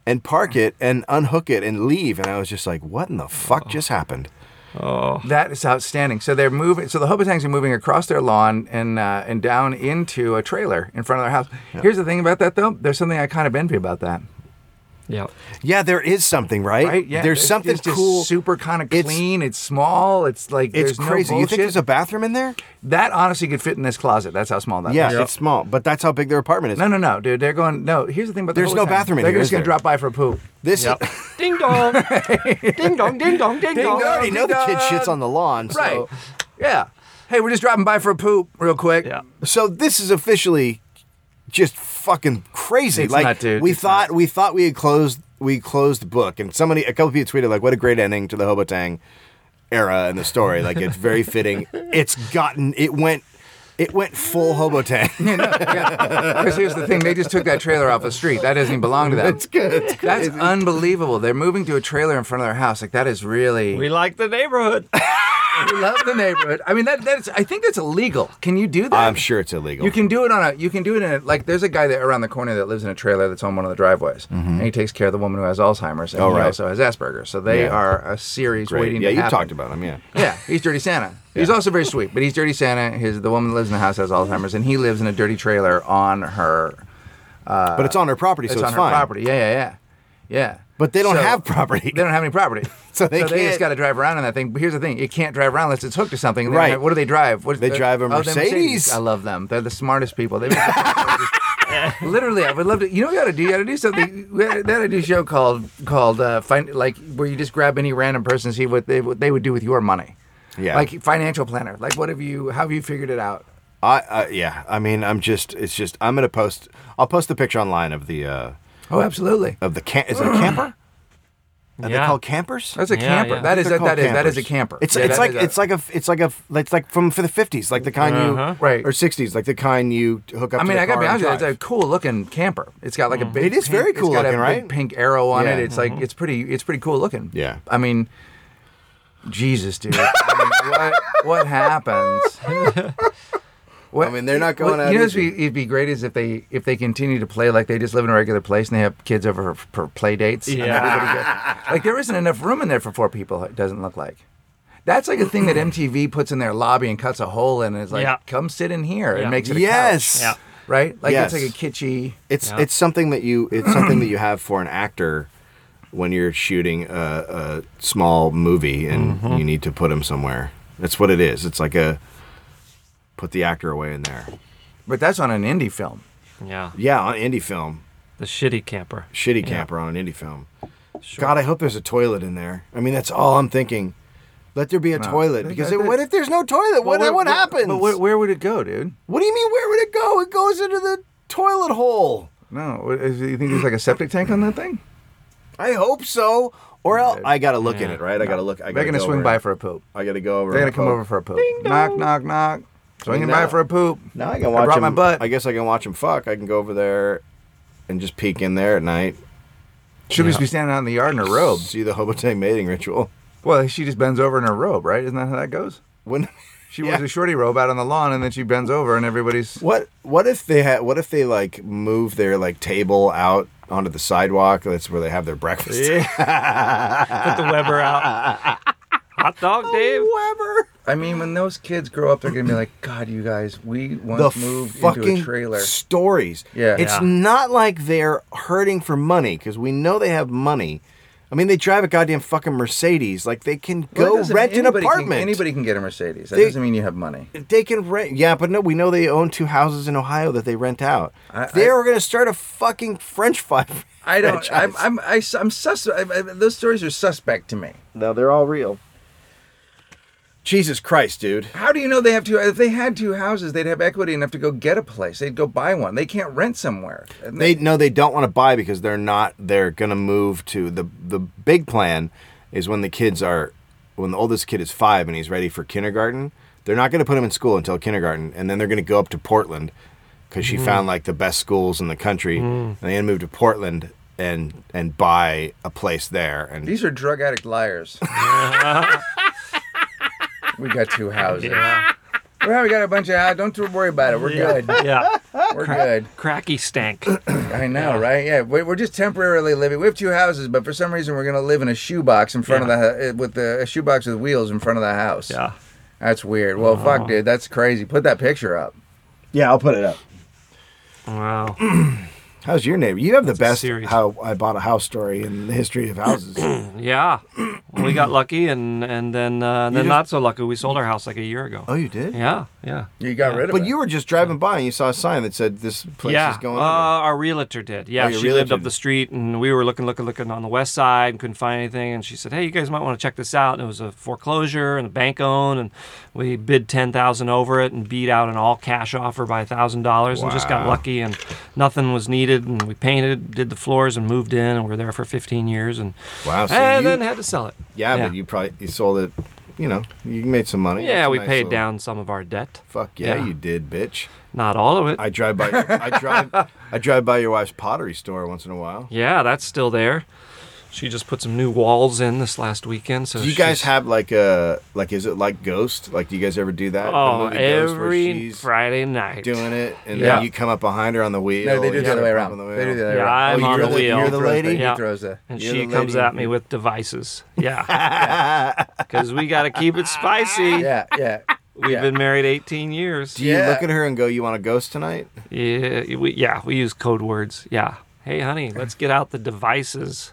Speaker 2: and park it and unhook it and leave, and I was just like, "What in the fuck
Speaker 3: Oh.
Speaker 2: just happened?" Mm-hmm.
Speaker 3: That is outstanding. So they're moving. So the Hobatangs are moving across their lawn and uh, and down into a trailer in front of their house. Here's the thing about that though. There's something I kind of envy about that.
Speaker 1: Yep.
Speaker 2: Yeah, there is something, right?
Speaker 3: Right? Yeah.
Speaker 2: there's
Speaker 3: it's-
Speaker 2: something
Speaker 3: it's just
Speaker 2: cool.
Speaker 3: super kind of
Speaker 2: It's-
Speaker 3: clean. It's, small. It's like
Speaker 2: it's
Speaker 3: there's no
Speaker 2: crazy. you think
Speaker 3: bullshit.
Speaker 2: there's a bathroom in there?
Speaker 3: That honestly could fit in this closet. That's how small that is.
Speaker 2: Yeah, it's small, but that's how big their apartment is.
Speaker 3: Uh, No, no, no, dude. They're going. No, here's the thing about the
Speaker 2: There's
Speaker 3: whole
Speaker 2: no
Speaker 3: time.
Speaker 2: bathroom in
Speaker 3: They're
Speaker 2: here, is
Speaker 3: just gonna
Speaker 2: there?
Speaker 3: drop by for a poop.
Speaker 2: This
Speaker 1: Yep. ding dong. ding dong, ding dong, ding
Speaker 2: I
Speaker 1: dong.
Speaker 2: already know the kid
Speaker 3: Ding-dong.
Speaker 2: shits on the lawn. So,
Speaker 3: Right. Yeah. Hey, we're just dropping by for a poop real quick.
Speaker 1: Yeah.
Speaker 2: so this is officially just fucking crazy.
Speaker 3: It's
Speaker 2: like
Speaker 3: not, dude.
Speaker 2: we
Speaker 3: It's
Speaker 2: thought we thought we had closed we closed the book and somebody a couple people tweeted like what a great ending to the Hobotang era in the story. Like it's very fitting. It's gotten it went it went full Hobotang.
Speaker 3: Because here's the thing: they just took that trailer off the street. That doesn't even belong to them. That's good. That's unbelievable. They're moving to a trailer in front of their house. Like that is really.
Speaker 1: We like the neighborhood.
Speaker 3: We love the neighborhood. I mean, that that's. I think that's illegal. Can you do that?
Speaker 2: I'm sure it's illegal.
Speaker 3: You can do it on a. You can do it in a. Like, there's a guy that around the corner that lives in a trailer that's on one of the driveways, and he takes care of the woman who has Alzheimer's, and
Speaker 2: Mm-hmm. Oh,
Speaker 3: he
Speaker 2: right.
Speaker 3: also has Asperger's. So they
Speaker 2: Yeah.
Speaker 3: are a series
Speaker 2: Great.
Speaker 3: waiting.
Speaker 2: Yeah,
Speaker 3: to
Speaker 2: you
Speaker 3: happen.
Speaker 2: talked about him, yeah.
Speaker 3: Yeah, he's Dirty Santa. He's also very sweet, but he's Dirty Santa. His the woman that lives in the house has Alzheimer's, and he lives in a dirty trailer on her.
Speaker 2: but it's on her property, so
Speaker 3: Uh, it's
Speaker 2: it's
Speaker 3: on her
Speaker 2: fine.
Speaker 3: property. Yeah, yeah, yeah, yeah.
Speaker 2: But they don't
Speaker 3: So-
Speaker 2: have property.
Speaker 3: They don't have any property,
Speaker 2: So they
Speaker 3: just
Speaker 2: can't-
Speaker 3: got to drive around in that thing. But here's the thing: you can't drive around unless it's hooked to something. They don't
Speaker 2: Right.
Speaker 3: have- what do they drive? What is
Speaker 2: They
Speaker 3: the-
Speaker 2: drive a
Speaker 3: oh, they're
Speaker 2: Mercedes.
Speaker 3: I love them. They're the smartest people. They make the- Literally, I would love to. You know, what you gotta do. You gotta do something. We gotta- They gotta do a show called called uh, find like where you just grab any random person, see what they what they would do with your money.
Speaker 2: Yeah.
Speaker 3: Like financial planner. Like what have you? How have you figured it out?
Speaker 2: I, I yeah. I mean, I'm just. It's just. I'm gonna post. I'll post the picture online of the uh
Speaker 3: Oh, absolutely.
Speaker 2: of the cam. Is it a camper? Are they
Speaker 1: Yeah.
Speaker 2: called campers?
Speaker 3: That's a
Speaker 1: Yeah,
Speaker 3: camper.
Speaker 1: yeah.
Speaker 3: That is
Speaker 2: They're
Speaker 3: that, that
Speaker 2: called
Speaker 3: is that is a
Speaker 2: campers.
Speaker 3: camper.
Speaker 2: It's
Speaker 3: Yeah,
Speaker 2: it's
Speaker 3: that
Speaker 2: like
Speaker 3: is a-
Speaker 2: it's like a it's like a it's like from for the fifties, like the kind
Speaker 1: Uh-huh.
Speaker 2: you
Speaker 3: Right.
Speaker 2: or sixties, like the kind you hook up.
Speaker 3: I
Speaker 2: to
Speaker 3: mean,
Speaker 2: the
Speaker 3: I gotta
Speaker 2: car
Speaker 3: be
Speaker 2: and
Speaker 3: honest with you,
Speaker 2: drive. Mm-hmm.
Speaker 3: it's a cool looking camper. It's got like a big.
Speaker 2: It is
Speaker 3: pink-
Speaker 2: very cool
Speaker 3: it's got
Speaker 2: looking,
Speaker 3: a
Speaker 2: right?
Speaker 3: Big pink arrow on
Speaker 2: Yeah. Mm-hmm.
Speaker 3: it. It's like it's pretty. It's pretty cool looking.
Speaker 2: Yeah.
Speaker 3: I mean, Jesus, dude. I mean, what what happens? What-
Speaker 2: I mean, they're not going
Speaker 3: what-
Speaker 2: out
Speaker 3: You know,
Speaker 2: easy.
Speaker 3: it'd be, it'd be great is if they if they continue to play like they just live in a regular place and they have kids over for, for play dates. and
Speaker 1: Yeah.
Speaker 3: everybody goes- like there isn't enough room in there for four people. It doesn't look like. That's like a thing that MTV puts in their lobby and cuts a hole in, and is like,
Speaker 1: Yeah.
Speaker 3: "Come sit in here." It
Speaker 1: Yeah.
Speaker 3: makes it a couch
Speaker 2: yes.
Speaker 1: Yeah.
Speaker 3: right? Like
Speaker 2: Yes.
Speaker 3: it's like a kitschy.
Speaker 2: It's
Speaker 1: Yeah.
Speaker 2: it's something that you it's something that you have for an actor when you're shooting a, a small movie and
Speaker 1: Mm-hmm.
Speaker 2: you need to put him somewhere. That's what it is. It's like a put the actor away in there.
Speaker 3: But that's on an indie film.
Speaker 1: Yeah.
Speaker 2: Yeah, on indie film,
Speaker 1: The shitty camper.
Speaker 2: shitty camper on an indie film. God, I hope there's a toilet in there. I mean, that's all I'm thinking. Let there be a toilet because
Speaker 3: that-
Speaker 2: it- what if there's no toilet? what
Speaker 3: Well, where-
Speaker 2: what
Speaker 3: where-
Speaker 2: happens?
Speaker 3: But where, where would it go, dude?
Speaker 2: What do you mean? Where would it go? It goes into the toilet hole.
Speaker 3: No, what- is- you think there's like a septic tank on that thing?
Speaker 2: I hope so. Or else I gotta look in
Speaker 1: Yeah.
Speaker 2: it, right? I gotta look. I
Speaker 3: They're
Speaker 2: gotta
Speaker 3: gonna
Speaker 2: go
Speaker 3: swing
Speaker 2: over
Speaker 3: by
Speaker 2: it.
Speaker 3: for a poop.
Speaker 2: I gotta go over.
Speaker 3: They're gonna
Speaker 2: and
Speaker 3: come
Speaker 2: poke.
Speaker 3: over for a poop. Knock, knock, knock. Swinging
Speaker 2: now-
Speaker 3: by for a poop.
Speaker 2: Now I can
Speaker 3: I
Speaker 2: watch
Speaker 3: brought
Speaker 2: them.
Speaker 3: my butt.
Speaker 2: I guess I can watch them fuck. I can go over there and just peek in there at night.
Speaker 3: She'll just be standing out in the yard in her robe.
Speaker 2: See the Hobotang mating ritual.
Speaker 3: Well, she just bends over in her robe, right? Isn't that how that goes?
Speaker 2: When
Speaker 3: She wears a shorty robe out on the lawn, and then she bends over, and everybody's
Speaker 2: What what if they had what if they like move their like table out onto the sidewalk? That's where they have their breakfast.
Speaker 1: Put the Weber out. Hot dog, Dave.
Speaker 2: Whoever.
Speaker 3: I mean, when those kids grow up, they're gonna be like, "God, you guys, we
Speaker 2: The
Speaker 3: once moved into
Speaker 2: fucking
Speaker 3: a trailer."
Speaker 2: stories.
Speaker 3: Yeah.
Speaker 2: It's
Speaker 1: Yeah.
Speaker 2: not like they're hurting for money because we know they have money. I mean, they drive a goddamn fucking Mercedes. Like they can
Speaker 3: Well, it
Speaker 2: go
Speaker 3: doesn't-
Speaker 2: rent an
Speaker 3: anybody can-
Speaker 2: apartment.
Speaker 3: anybody can get a Mercedes. That
Speaker 2: They-
Speaker 3: doesn't mean you have money.
Speaker 2: They can rent. Yeah, but no, we know they own two houses in Ohio that they rent out.
Speaker 3: I-
Speaker 2: they
Speaker 3: I-
Speaker 2: are going to start a fucking French fry.
Speaker 3: I don't.
Speaker 2: franchise.
Speaker 3: I'm. I'm. I, am i am sus. I, I, those stories are suspect to me.
Speaker 2: No, they're all real. Jesus Christ, dude.
Speaker 3: How do you know they have two? If they had two houses, they'd have equity enough to go get a place. They'd go buy one. They can't rent somewhere. And
Speaker 2: They no, they don't want to buy because they're not. They're gonna move to the the big plan is when the kids are when the oldest kid is five and he's ready for kindergarten. They're not gonna put him in school until kindergarten, and then they're gonna go up to Portland because she found like the best schools in the country, and they're gonna move to Portland and and buy a place there. And
Speaker 3: These are drug addict liars. we got two houses.
Speaker 1: Yeah.
Speaker 3: Well, we got a bunch of houses. Don't you worry about it. We're good.
Speaker 1: Yeah.
Speaker 3: We're good.
Speaker 1: Cracky stank.
Speaker 3: I know, right? Yeah, we- we're just temporarily living. We have two houses, but for some reason we're gonna live in a shoebox in front of the hu- with the a shoebox with wheels in front of the house.
Speaker 1: Yeah.
Speaker 3: that's weird. Well, fuck, dude, that's crazy. Put that picture up.
Speaker 2: yeah, I'll put it up.
Speaker 1: Wow.
Speaker 2: How's your neighbor? You have the best
Speaker 1: series.
Speaker 2: how I bought a house story in the history of houses. oh
Speaker 1: Yeah. We got lucky, and and then uh, then
Speaker 2: just-
Speaker 1: not so lucky. We sold our house like a year ago.
Speaker 2: you did?
Speaker 1: Yeah. Yeah.
Speaker 3: You got rid of it.
Speaker 2: But you were just driving by and you saw a sign that said this place
Speaker 1: yeah,
Speaker 2: is going
Speaker 1: uh,
Speaker 2: under.
Speaker 1: our realtor did. Yeah,
Speaker 2: Oh, your
Speaker 1: she lived
Speaker 2: realtor
Speaker 1: up the
Speaker 2: did.
Speaker 1: street, and we were looking, looking, looking on the west side, and couldn't find anything. And she said, "Hey, you guys might want to check this out." And it was a foreclosure and a bank owned, and we bid ten thousand over it and beat out an all cash offer by thousand dollars, and just got
Speaker 2: Wow.
Speaker 1: lucky, and nothing was needed, and we painted, did the floors, and moved in, and we were there for fifteen years, and
Speaker 2: Wow. So
Speaker 1: and
Speaker 2: you,
Speaker 1: then had to sell it.
Speaker 2: yeah,
Speaker 1: yeah.
Speaker 2: but you probably you sold it. You know, you made some money.
Speaker 1: Yeah,
Speaker 2: That's a
Speaker 1: we
Speaker 2: nice
Speaker 1: paid
Speaker 2: little-
Speaker 1: down some of our debt.
Speaker 2: Fuck yeah,
Speaker 1: Yeah.
Speaker 2: you did, bitch.
Speaker 1: Not all of it.
Speaker 2: I drive by. I drive. I drive by your wife's pottery store once in a while.
Speaker 1: yeah, that's still there. She just put some new walls in this last weekend. So
Speaker 2: Do you guys
Speaker 1: she's-
Speaker 2: have like a like? Is it like Ghost? Like, do you guys ever do that? The
Speaker 1: Oh,
Speaker 2: movie Ghost where
Speaker 1: every
Speaker 2: she's
Speaker 1: Friday night.
Speaker 2: doing it, and
Speaker 1: Yeah.
Speaker 2: then you come up behind her on the wheel.
Speaker 3: no, they
Speaker 2: and
Speaker 3: do it the other
Speaker 2: start
Speaker 3: way
Speaker 2: pumping
Speaker 3: around.
Speaker 2: the
Speaker 3: They do
Speaker 2: wheel.
Speaker 3: it the other
Speaker 1: Yeah,
Speaker 3: way around.
Speaker 1: I'm
Speaker 2: Oh,
Speaker 1: on
Speaker 2: you're
Speaker 1: the,
Speaker 2: the-
Speaker 1: wheel.
Speaker 2: you're the
Speaker 3: He throws
Speaker 2: lady?
Speaker 3: He
Speaker 1: Yeah.
Speaker 3: throws the.
Speaker 1: and
Speaker 2: you're
Speaker 1: she
Speaker 2: the
Speaker 1: comes
Speaker 2: lady.
Speaker 1: at me with devices. Yeah. Because we got to keep it spicy.
Speaker 3: Yeah, yeah.
Speaker 1: We've
Speaker 3: yeah.
Speaker 1: been married 18 years.
Speaker 2: Do you
Speaker 3: Yeah.
Speaker 2: look at her and go, "You want a ghost tonight?"
Speaker 1: Uh, Yeah we, yeah, we use code words. Yeah. Hey, honey, let's get out the devices.
Speaker 2: Mm-hmm.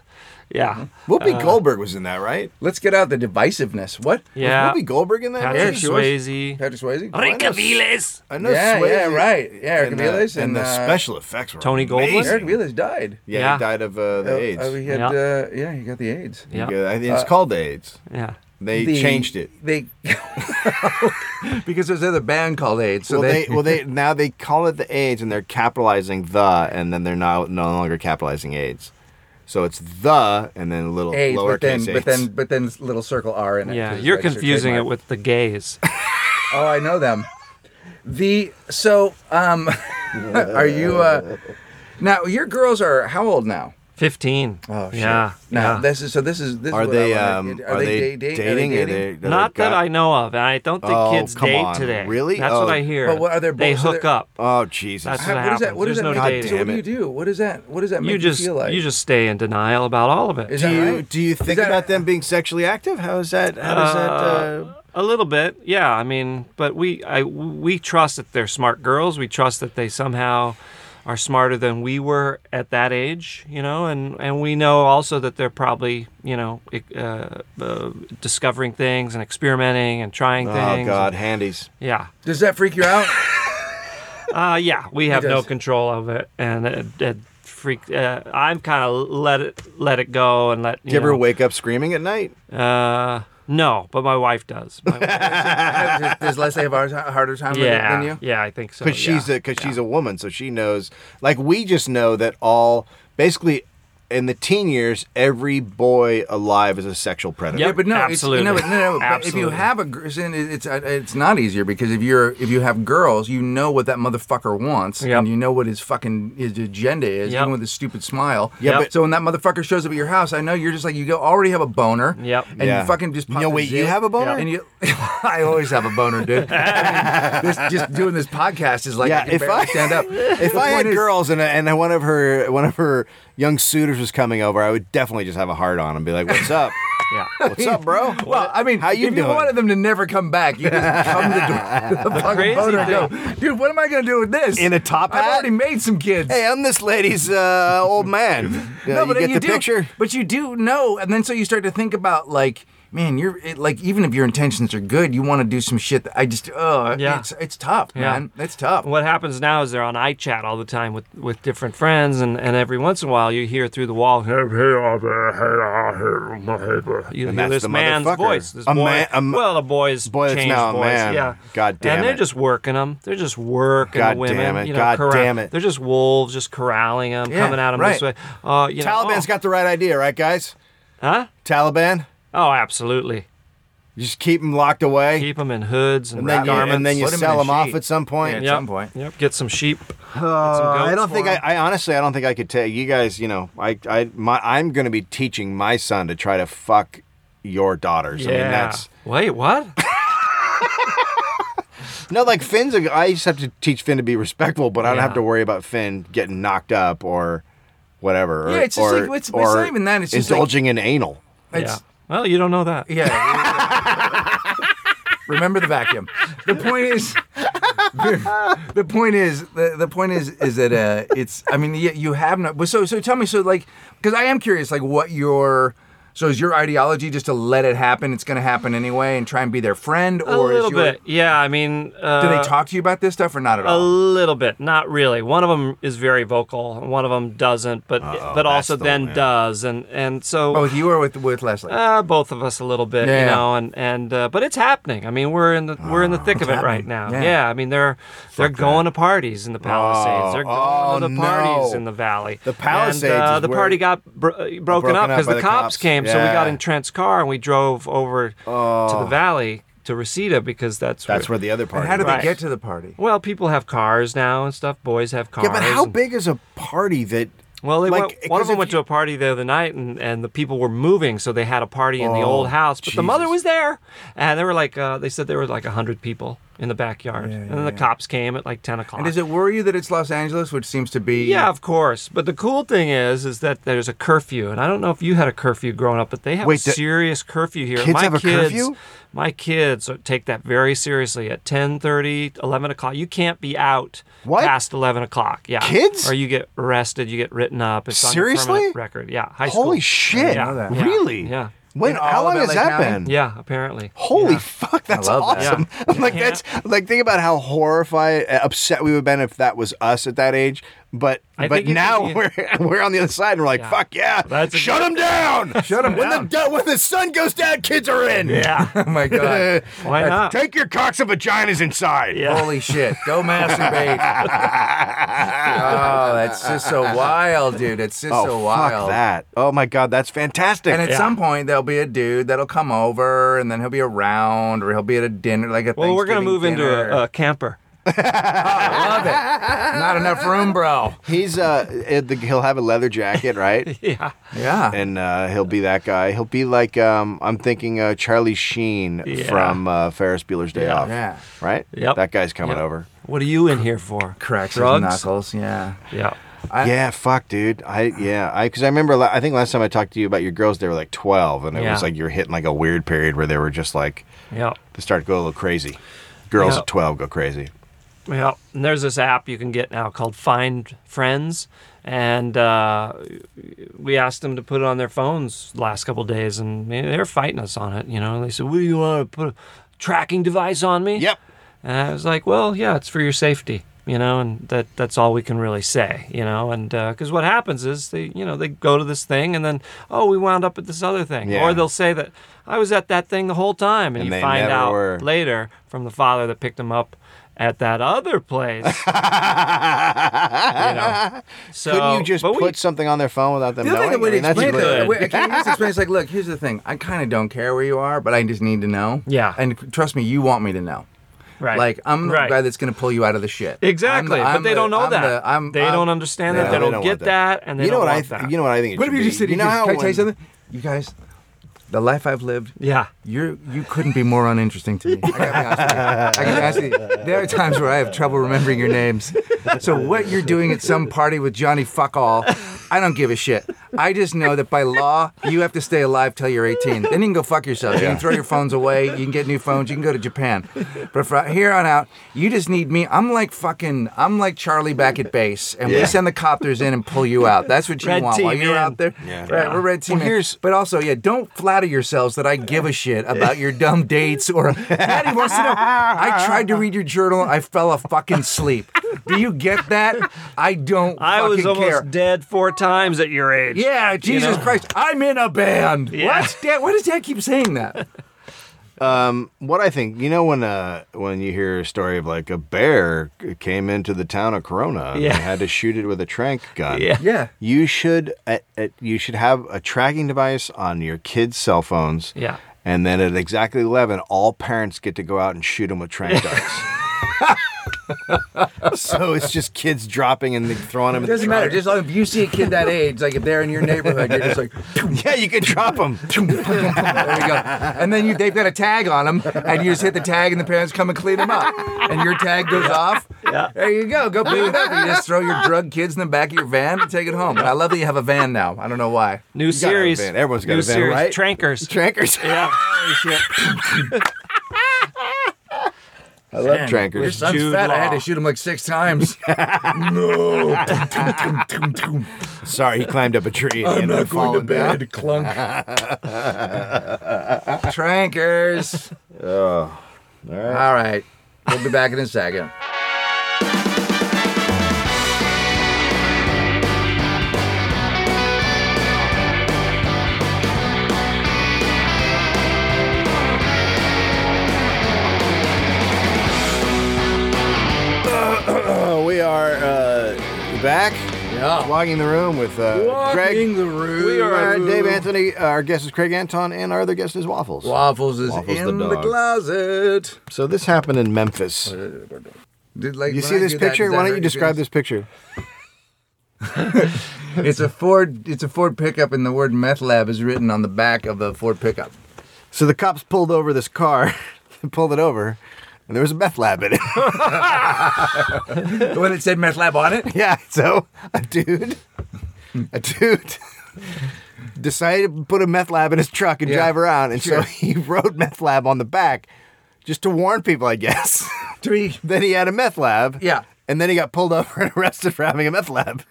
Speaker 1: Yeah.
Speaker 2: Whoopi Goldberg was in that, right?
Speaker 3: Let's get out the divisiveness. What?
Speaker 1: Yeah.
Speaker 2: Was Whoopi Goldberg in that?
Speaker 1: Patrick
Speaker 2: movie?
Speaker 3: she was.
Speaker 1: Swayze.
Speaker 3: Patrick Swayze?
Speaker 2: Rick-
Speaker 1: Rica Viles.
Speaker 2: I know.
Speaker 3: Yeah, yeah,
Speaker 2: Swayze-
Speaker 3: right. Yeah, Eric
Speaker 2: and, uh,
Speaker 3: Aviles
Speaker 2: and, the
Speaker 3: uh,
Speaker 2: special effects were
Speaker 1: Tony Goldwyn?
Speaker 2: amazing.
Speaker 3: Eric Aviles died.
Speaker 2: Yeah,
Speaker 1: Yeah.
Speaker 2: he died of uh, the
Speaker 3: Uh,
Speaker 2: AIDS.
Speaker 3: uh, he had,
Speaker 1: Yeah.
Speaker 3: uh, yeah, he got the AIDS.
Speaker 1: Yeah.
Speaker 2: Yeah, I think it's called the AIDS.
Speaker 1: Yeah.
Speaker 2: They
Speaker 3: Uh, The-
Speaker 2: changed it.
Speaker 3: They because there's another band called AIDS. So
Speaker 2: well,
Speaker 3: they,
Speaker 2: they, well they now they call it the AIDS, and they're capitalizing the, and then they're now no longer capitalizing AIDS. So it's the, and then a little
Speaker 3: AIDS,
Speaker 2: lowercase
Speaker 3: but then
Speaker 2: AIDS.
Speaker 3: but then but then little circle R in it.
Speaker 1: Yeah.
Speaker 3: 'cause it's
Speaker 1: You're
Speaker 3: registered
Speaker 1: confusing it
Speaker 3: trademark.
Speaker 1: with the gays.
Speaker 3: Oh, I know them. The so um, are you uh now your girls are how old now?
Speaker 1: 15.
Speaker 3: Oh shit.
Speaker 1: Yeah.
Speaker 3: Now
Speaker 1: yeah.
Speaker 3: this is so this is this
Speaker 2: are
Speaker 3: is what
Speaker 2: they
Speaker 3: I
Speaker 2: um
Speaker 3: wanna-
Speaker 2: are, they,
Speaker 3: da- da-
Speaker 2: dating? Are they, are they
Speaker 1: Not that
Speaker 2: got-
Speaker 1: I know of, and I don't think
Speaker 2: Oh,
Speaker 1: kids
Speaker 2: come
Speaker 1: date
Speaker 2: on.
Speaker 1: today.
Speaker 2: Really?
Speaker 1: That's
Speaker 2: Oh.
Speaker 1: what I hear.
Speaker 3: But what are their
Speaker 1: They
Speaker 3: bo- so
Speaker 1: hook
Speaker 3: they're-
Speaker 1: up.
Speaker 2: Oh Jesus!
Speaker 1: That's
Speaker 3: How-
Speaker 1: what
Speaker 3: what is that? What
Speaker 1: happens.
Speaker 3: does
Speaker 1: There's
Speaker 3: that
Speaker 1: no
Speaker 3: make?
Speaker 1: dating.
Speaker 3: So what
Speaker 2: Damn
Speaker 3: do you
Speaker 2: it.
Speaker 3: do? What is that? What does that make
Speaker 1: you
Speaker 3: you
Speaker 1: just
Speaker 3: feel like?
Speaker 1: you just stay in denial about all of it.
Speaker 3: Is
Speaker 2: do
Speaker 3: that
Speaker 2: you
Speaker 3: right?
Speaker 2: do you think
Speaker 3: that-
Speaker 2: about them being sexually active? How is that? How does that? Uh,
Speaker 1: a little bit, yeah. I mean, but we I we trust that they're smart girls. We trust that they somehow are smarter than we were at that age, you know, and and we know also that they're probably you know ec- uh, uh, discovering things and experimenting and trying
Speaker 2: oh
Speaker 1: things.
Speaker 2: God, handies.
Speaker 1: Yeah.
Speaker 3: Does that freak you out?
Speaker 1: Uh, yeah, we have no
Speaker 3: does.
Speaker 1: control of it, and it, it freak. Uh, I'm kind of let it let it go and let. You
Speaker 2: Do you ever
Speaker 1: know,
Speaker 2: wake up screaming at night?
Speaker 1: Uh, no, but my wife does. My wife-
Speaker 3: does, does Leslie have a har- harder time with it
Speaker 1: yeah,
Speaker 3: than you?
Speaker 1: yeah, I think so.
Speaker 2: because
Speaker 1: yeah.
Speaker 2: she's a because she's a woman, so she knows. Like we just know that all basically in the teen years, every boy alive is a sexual predator.
Speaker 1: Yep.
Speaker 3: Yeah, but no,
Speaker 1: Absolutely.
Speaker 3: It's, no, but no, no, but if you
Speaker 1: Absolutely.
Speaker 3: have a, gr- it's it's it's not easier because if you're if you have girls, you know what that motherfucker wants,
Speaker 1: Yep.
Speaker 3: and you know what his fucking his agenda is,
Speaker 1: Yep.
Speaker 3: even with his stupid smile.
Speaker 1: Yeah, but-
Speaker 3: so when that motherfucker shows up at your house, I know you're just like you go already have a boner.
Speaker 1: Yep.
Speaker 3: And
Speaker 2: Yeah.
Speaker 3: you fucking just pop
Speaker 2: No,
Speaker 3: the
Speaker 2: wait, you
Speaker 3: zit,
Speaker 2: have a boner?
Speaker 3: And you, I always have a boner, dude. I mean, this, just doing this podcast is like
Speaker 2: Yeah,
Speaker 3: I can
Speaker 2: if
Speaker 3: barely
Speaker 2: I-
Speaker 3: stand up.
Speaker 2: If
Speaker 3: The
Speaker 2: I had
Speaker 3: point is-
Speaker 2: girls and and one of her one of her young suitors was coming over, I would definitely just have a heart on and be like, "What's up?
Speaker 1: Yeah.
Speaker 2: What's up, bro?
Speaker 3: Well, I mean,
Speaker 2: how you
Speaker 3: if
Speaker 2: doing?
Speaker 3: you wanted them to never come back, you just come to the door. The, fucking
Speaker 1: crazy
Speaker 3: boner and go, dude, what am I going to do with this?
Speaker 2: In a top
Speaker 3: I've
Speaker 2: hat?
Speaker 3: already made some kids.
Speaker 2: hey, I'm this lady's uh, old man. Yeah, you get the
Speaker 3: do,
Speaker 2: picture.
Speaker 3: But you do know, and then so you start to think about like, man, you're it, like, even if your intentions are good, you want to do some shit that I just, oh,
Speaker 1: Yeah.
Speaker 3: it's it's tough,
Speaker 1: Yeah.
Speaker 3: man. It's tough.
Speaker 1: What happens now is they're on iChat all the time with, with different friends, and, and every once in a while you hear through the wall, "Hey, hey, out there, hey, out here, my neighbor." you
Speaker 2: And
Speaker 1: hear
Speaker 2: that's
Speaker 1: this
Speaker 2: the
Speaker 1: man's
Speaker 2: motherfucker.
Speaker 1: voice. This
Speaker 2: A
Speaker 1: boy,
Speaker 2: man- a m-
Speaker 1: well, a boy's
Speaker 2: Boy that's
Speaker 1: changed
Speaker 2: now a
Speaker 1: voice.
Speaker 2: man.
Speaker 1: Yeah,
Speaker 2: God damn
Speaker 1: And they're
Speaker 2: it.
Speaker 1: just working them. They're just working
Speaker 2: God
Speaker 1: the women.
Speaker 2: damn it.
Speaker 1: You know,
Speaker 2: God
Speaker 1: corral-
Speaker 2: damn it.
Speaker 1: They're just wolves, just corralling them,
Speaker 3: Yeah,
Speaker 1: coming at them this way.
Speaker 3: right.
Speaker 1: Uh, you know,
Speaker 2: Taliban's
Speaker 1: oh,
Speaker 2: got the right idea, right, guys?
Speaker 1: huh?
Speaker 2: Taliban,
Speaker 1: Oh, absolutely.
Speaker 2: you just keep them locked away,
Speaker 1: Keep them in hoods and,
Speaker 2: and, then you,
Speaker 1: garments.
Speaker 2: and then you
Speaker 3: Put 'em in
Speaker 2: sell
Speaker 3: a
Speaker 2: them off
Speaker 3: sheet.
Speaker 2: at some point.
Speaker 3: Yeah. at some point.
Speaker 1: Yep. Get some sheep. get some
Speaker 2: Uh, I
Speaker 1: goats
Speaker 2: don't
Speaker 1: for
Speaker 2: think
Speaker 1: 'em.
Speaker 2: I, I honestly I don't think I could take you guys. You know, I I my I'm gonna be teaching my son to try to fuck your daughters. I mean, that's
Speaker 1: Wait, what?
Speaker 2: no like Finn's. A, I just have to teach Finn to be respectful, but I don't
Speaker 1: Yeah.
Speaker 2: have to worry about Finn getting knocked up or whatever. Or,
Speaker 3: Yeah, it's just
Speaker 2: or-
Speaker 3: like- it's- it's
Speaker 2: or
Speaker 3: not even that, it's just like-
Speaker 2: indulging in anal.
Speaker 1: yeah.
Speaker 3: It's-
Speaker 1: Well, you don't know that.
Speaker 3: Yeah. Remember the vacuum. The point is, the point is, the, the point is, is that uh, it's. I mean, you, you have no. But so, so tell me, so like, because I am curious, like, what your. So is your ideology just to let it happen? It's going to happen anyway, and try and be their friend,
Speaker 1: A
Speaker 3: or
Speaker 1: little
Speaker 3: is your,
Speaker 1: bit. Yeah, I mean, uh,
Speaker 3: Do they talk to you about this stuff or not at
Speaker 1: A
Speaker 3: all?
Speaker 1: little bit, not really. One of them is very vocal, and one of them doesn't, but but also
Speaker 2: the
Speaker 1: then
Speaker 2: one, yeah.
Speaker 1: does, and and so
Speaker 3: Oh, with you or with with Leslie?
Speaker 1: uh, both of us a little bit, you
Speaker 3: Yeah.
Speaker 1: know, and and uh, but it's happening. I mean, we're in the we're in the thick of it right now. Yeah.
Speaker 3: Yeah.
Speaker 1: I mean, they're they're going to parties in the Palisades. they're going
Speaker 2: oh,
Speaker 1: to the parties
Speaker 2: no.
Speaker 1: in the Valley.
Speaker 2: The Palisades
Speaker 1: And, uh,
Speaker 2: is
Speaker 1: the
Speaker 2: where-
Speaker 1: party got bro- uh, broken, up
Speaker 2: up
Speaker 1: because
Speaker 2: by
Speaker 1: the
Speaker 2: the
Speaker 1: cops
Speaker 2: cops.
Speaker 1: came, so we got
Speaker 2: Yeah.
Speaker 1: in Trent's car and we drove over to the Valley to Reseda because that's
Speaker 2: That's where the other part.
Speaker 3: and how do
Speaker 1: Right.
Speaker 3: they get to the party?
Speaker 1: Well, people have cars now and stuff. Boys have cars.
Speaker 2: Yeah, but how
Speaker 1: and-
Speaker 2: big is a party that?
Speaker 1: Well, they
Speaker 2: like,
Speaker 1: went, one of
Speaker 2: 'cause
Speaker 1: them
Speaker 2: if
Speaker 1: went to
Speaker 2: you-
Speaker 1: a party the other night, and, and the people were moving, so they had a party in the
Speaker 2: Oh,
Speaker 1: old house. But the mother
Speaker 2: Jesus.
Speaker 1: was there, and they were like, uh, they said there were like hundred people in the backyard, and then the cops came at like ten o'clock.
Speaker 3: And does it worry you that it's Los Angeles, which seems to be?
Speaker 1: yeah, of course. But the cool thing is, is that there's a curfew, and I don't know if you had a curfew growing up, but they have
Speaker 2: Wait,
Speaker 1: a
Speaker 2: the-
Speaker 1: serious curfew here.
Speaker 2: kids
Speaker 1: my
Speaker 2: have a
Speaker 1: kids,
Speaker 2: curfew?
Speaker 1: My kids are- take that very seriously. At 10:30, 11 o'clock, you can't be out
Speaker 2: What?
Speaker 1: past 11 o'clock. Yeah,
Speaker 2: Kids?
Speaker 1: or you get arrested, you get written up. It's on your
Speaker 2: Seriously?
Speaker 1: permanent record. Yeah, high school.
Speaker 2: Holy shit!
Speaker 1: Yeah, yeah,
Speaker 2: Really?
Speaker 1: Yeah.
Speaker 2: When?
Speaker 3: In
Speaker 2: How
Speaker 3: all
Speaker 2: long
Speaker 3: of
Speaker 2: has
Speaker 3: LA
Speaker 2: that
Speaker 3: County?
Speaker 2: been?
Speaker 1: Yeah, apparently.
Speaker 2: Holy fuck, that's
Speaker 3: love that.
Speaker 2: awesome!
Speaker 1: Yeah.
Speaker 2: I'm like
Speaker 1: Yeah.
Speaker 2: that's like think about how horrified, uh, upset we would have been if that was us at that age. But
Speaker 1: I
Speaker 2: but
Speaker 1: think it
Speaker 2: now
Speaker 1: could
Speaker 2: we're we're on the other side and we're like,
Speaker 1: Yeah.
Speaker 2: fuck yeah,
Speaker 1: That's a
Speaker 2: shut
Speaker 1: good-
Speaker 2: them down, shut them when The, when the sun goes down, kids are in.
Speaker 1: Yeah.
Speaker 3: Oh my god.
Speaker 1: Why not?
Speaker 2: Take your cocks and vaginas inside.
Speaker 1: Yeah.
Speaker 3: Holy shit. Go masturbate. oh, that's just so wild, dude. It's just
Speaker 2: Oh
Speaker 3: so
Speaker 2: fuck
Speaker 3: wild.
Speaker 2: that! Oh my god, that's fantastic.
Speaker 3: And at some point, there'll be a dude that'll come over, and then he'll be around, or he'll be at a dinner, like a.
Speaker 1: Well, we're gonna
Speaker 3: Thanksgiving
Speaker 1: move into
Speaker 3: dinner.
Speaker 1: a, a camper.
Speaker 3: I love it. Not enough room, bro.
Speaker 2: He's uh, at the, he'll have a leather jacket, right?
Speaker 1: Yeah.
Speaker 3: Yeah.
Speaker 2: and uh, he'll be that guy. He'll be like um, I'm thinking uh, Charlie Sheen
Speaker 1: Yeah.
Speaker 2: from uh, Ferris Bueller's Day Off.
Speaker 3: yeah.
Speaker 2: Right.
Speaker 1: Yep.
Speaker 2: That guy's coming
Speaker 1: Yep.
Speaker 2: over.
Speaker 1: What are you in here for?
Speaker 3: Cracks his
Speaker 1: Drugs.
Speaker 3: knuckles. Yeah.
Speaker 1: Yeah.
Speaker 3: I-
Speaker 2: yeah. Fuck, dude. I yeah. I because I remember. la- I think last time I talked to you about your girls, they were like 12, and it
Speaker 1: Yeah.
Speaker 2: was like you're hitting like a weird period where they were just like
Speaker 1: Yeah.
Speaker 2: they started to go a little crazy. Girls
Speaker 1: Yeah.
Speaker 2: at 12 go crazy.
Speaker 1: Yeah, and there's this app you can get now called Find Friends, and uh, we asked them to put it on their phones last couple days, and they're fighting us on it. You know, they said, "What do you want to put a tracking device on me?"
Speaker 2: Yep.
Speaker 1: And I was like, "Well, yeah, it's for your safety." You know, and that that's all we can really say. You know, and because what happens is they, you know, they go to this thing, and then oh, we wound up at this other thing,
Speaker 2: Yeah.
Speaker 1: or they'll say that I was at that thing the whole time, and,
Speaker 2: And
Speaker 1: you
Speaker 2: they
Speaker 1: find
Speaker 2: never
Speaker 1: out
Speaker 2: were.
Speaker 1: later from the father that picked him up at that other place. you know. So,
Speaker 2: Couldn't you just
Speaker 1: but
Speaker 2: put
Speaker 1: we-
Speaker 2: something on their phone without them
Speaker 3: The other
Speaker 2: knowing?
Speaker 3: thing that would
Speaker 2: I mean, that's
Speaker 3: explain
Speaker 2: really-
Speaker 1: good.
Speaker 3: that, I can just explain, it's like, look, here's the thing. I kind of don't care where you are, but I just need to know.
Speaker 1: Yeah.
Speaker 3: And trust me, you want me to know.
Speaker 1: right.
Speaker 3: Like, I'm the
Speaker 1: right.
Speaker 3: guy that's going to pull you out of the shit.
Speaker 1: Exactly,
Speaker 3: I'm the-
Speaker 1: but they
Speaker 3: I'm
Speaker 1: don't know
Speaker 3: the- I'm
Speaker 1: that.
Speaker 3: the- I'm-
Speaker 1: they
Speaker 3: I'm-
Speaker 1: don't understand that.
Speaker 2: No,
Speaker 1: They don't,
Speaker 2: want
Speaker 1: get that. and they
Speaker 2: you know
Speaker 1: don't
Speaker 2: what I?
Speaker 1: want
Speaker 2: th-
Speaker 1: that.
Speaker 2: You know what I think? It
Speaker 3: What if
Speaker 2: should
Speaker 3: you
Speaker 2: be?
Speaker 3: just sit
Speaker 2: You
Speaker 3: here?
Speaker 2: know how
Speaker 3: Can I tell you
Speaker 2: when-
Speaker 3: something? You guys, the life I've lived,
Speaker 1: Yeah.
Speaker 3: You're you couldn't be more uninteresting to me. I gotta be honest with you. I gotta ask you. There are times where I have trouble remembering your names. So what you're doing at some party with Johnny Fuck All, I don't give a shit. I just know that by law you have to stay alive till you're 18. Then you can go fuck yourself. You can throw your phones away. You can get new phones. You can go to Japan. But from here on out, you just need me. I'm like fucking. I'm like Charlie back at base, and we
Speaker 2: Yeah.
Speaker 3: send the copters in and pull you out. That's what you
Speaker 1: Red
Speaker 3: want while
Speaker 1: team
Speaker 3: you're
Speaker 1: in.
Speaker 3: out there.
Speaker 2: Yeah.
Speaker 3: Right, we're red team.
Speaker 2: Well, here's-
Speaker 3: But also, yeah, don't flatter yourselves that I give a shit about your dumb dates or Daddy wants to know. I tried to read your journal, I fell a fucking sleep. Do you get that? I don't
Speaker 1: I
Speaker 3: fucking
Speaker 1: was almost
Speaker 3: care.
Speaker 1: dead four times at your age.
Speaker 3: Yeah, Jesus Christ, I'm in a band.
Speaker 1: Yeah.
Speaker 3: What? Dad, why does Dad keep saying that?
Speaker 2: What I think, you know, when uh, when you hear a story of like a bear c- came into the town of Corona
Speaker 1: Yeah.
Speaker 2: and had to shoot it with a trank gun.
Speaker 1: Yeah.
Speaker 3: Yeah.
Speaker 2: You should uh, uh, you should have a tracking device on your kids' cell phones.
Speaker 1: Yeah.
Speaker 2: And then at exactly eleven, all parents get to go out and shoot them with trank darts. so it's just kids dropping and then throwing them.
Speaker 3: It doesn't matter. Just like if you see a kid that age, like if they're in your neighborhood, you're just like,
Speaker 2: yeah, you can drop them.
Speaker 3: there we go. And then you, they've got a tag on them, and you just hit the tag, and the parents come and clean them up. And your tag goes off.
Speaker 1: Yeah.
Speaker 3: There you go. Go play with that. You just throw your drug kids in the back of your van and take it home. And I love that you have a van now. I don't know why.
Speaker 1: New
Speaker 2: gotta have a
Speaker 1: series.
Speaker 2: van. Everyone's got
Speaker 1: new
Speaker 2: a van,
Speaker 1: series.
Speaker 2: right?
Speaker 1: Trankers.
Speaker 2: Trankers.
Speaker 1: yeah.
Speaker 3: I love
Speaker 2: trackers.
Speaker 3: Your son's
Speaker 1: Jude
Speaker 3: fat. I had
Speaker 1: Law.
Speaker 3: to shoot him like six times. no.
Speaker 2: Sorry, he climbed up a tree. And ended up falling down.
Speaker 3: Clunk. Trankers.
Speaker 2: All right.
Speaker 3: All right. We'll be back in a second.
Speaker 2: Oh, we are uh, back.
Speaker 3: Yeah.
Speaker 2: Walking the room with uh, Greg.
Speaker 3: the room.
Speaker 2: We are Dave Anthony. uh, Our guest is Craig Anton, and our other guest is Waffles.
Speaker 3: Waffles is
Speaker 2: Waffles the
Speaker 3: in the,
Speaker 2: dog.
Speaker 3: closet.
Speaker 2: So this happened in Memphis.
Speaker 3: Did, like,
Speaker 2: You
Speaker 3: when
Speaker 2: see
Speaker 3: I
Speaker 2: this
Speaker 3: do that,
Speaker 2: picture?
Speaker 3: does that
Speaker 2: Why
Speaker 3: hurt
Speaker 2: don't you
Speaker 3: your
Speaker 2: describe
Speaker 3: feelings?
Speaker 2: this picture?
Speaker 3: It's a Ford. It's a Ford pickup, and the word meth lab is written on the back of the Ford pickup.
Speaker 2: So the cops pulled over this car, pulled it over, and there was a meth lab in it.
Speaker 3: The one that said meth lab on it.
Speaker 2: yeah. So a dude, a dude. Decided to put a meth lab in his truck and
Speaker 3: Yeah.
Speaker 2: drive around, and
Speaker 3: Sure.
Speaker 2: so he wrote meth lab on the back, just to warn people, I guess.
Speaker 3: Three.
Speaker 2: Then he had a meth lab.
Speaker 3: Yeah.
Speaker 2: And then he got pulled over and arrested for having a meth lab.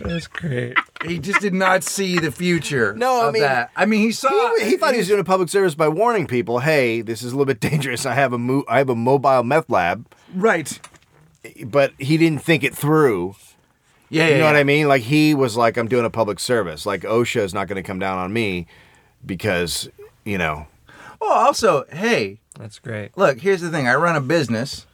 Speaker 1: That's great.
Speaker 3: He just did not see the future.
Speaker 2: No, I
Speaker 3: of
Speaker 2: mean-
Speaker 3: that. I mean, he saw.
Speaker 2: He, he thought he was doing a public service by warning people, "Hey, this is a little bit dangerous. I have a mo- I have a mobile meth lab."
Speaker 3: right.
Speaker 2: But he didn't think it through.
Speaker 3: Yeah,
Speaker 2: You
Speaker 3: yeah,
Speaker 2: know what
Speaker 3: yeah.
Speaker 2: I mean? Like he was like, "I'm doing a public service. Like OSHA is not going to come down on me because you know."
Speaker 3: Oh, also, hey,
Speaker 1: That's great.
Speaker 3: look. Here's the thing. I run a business.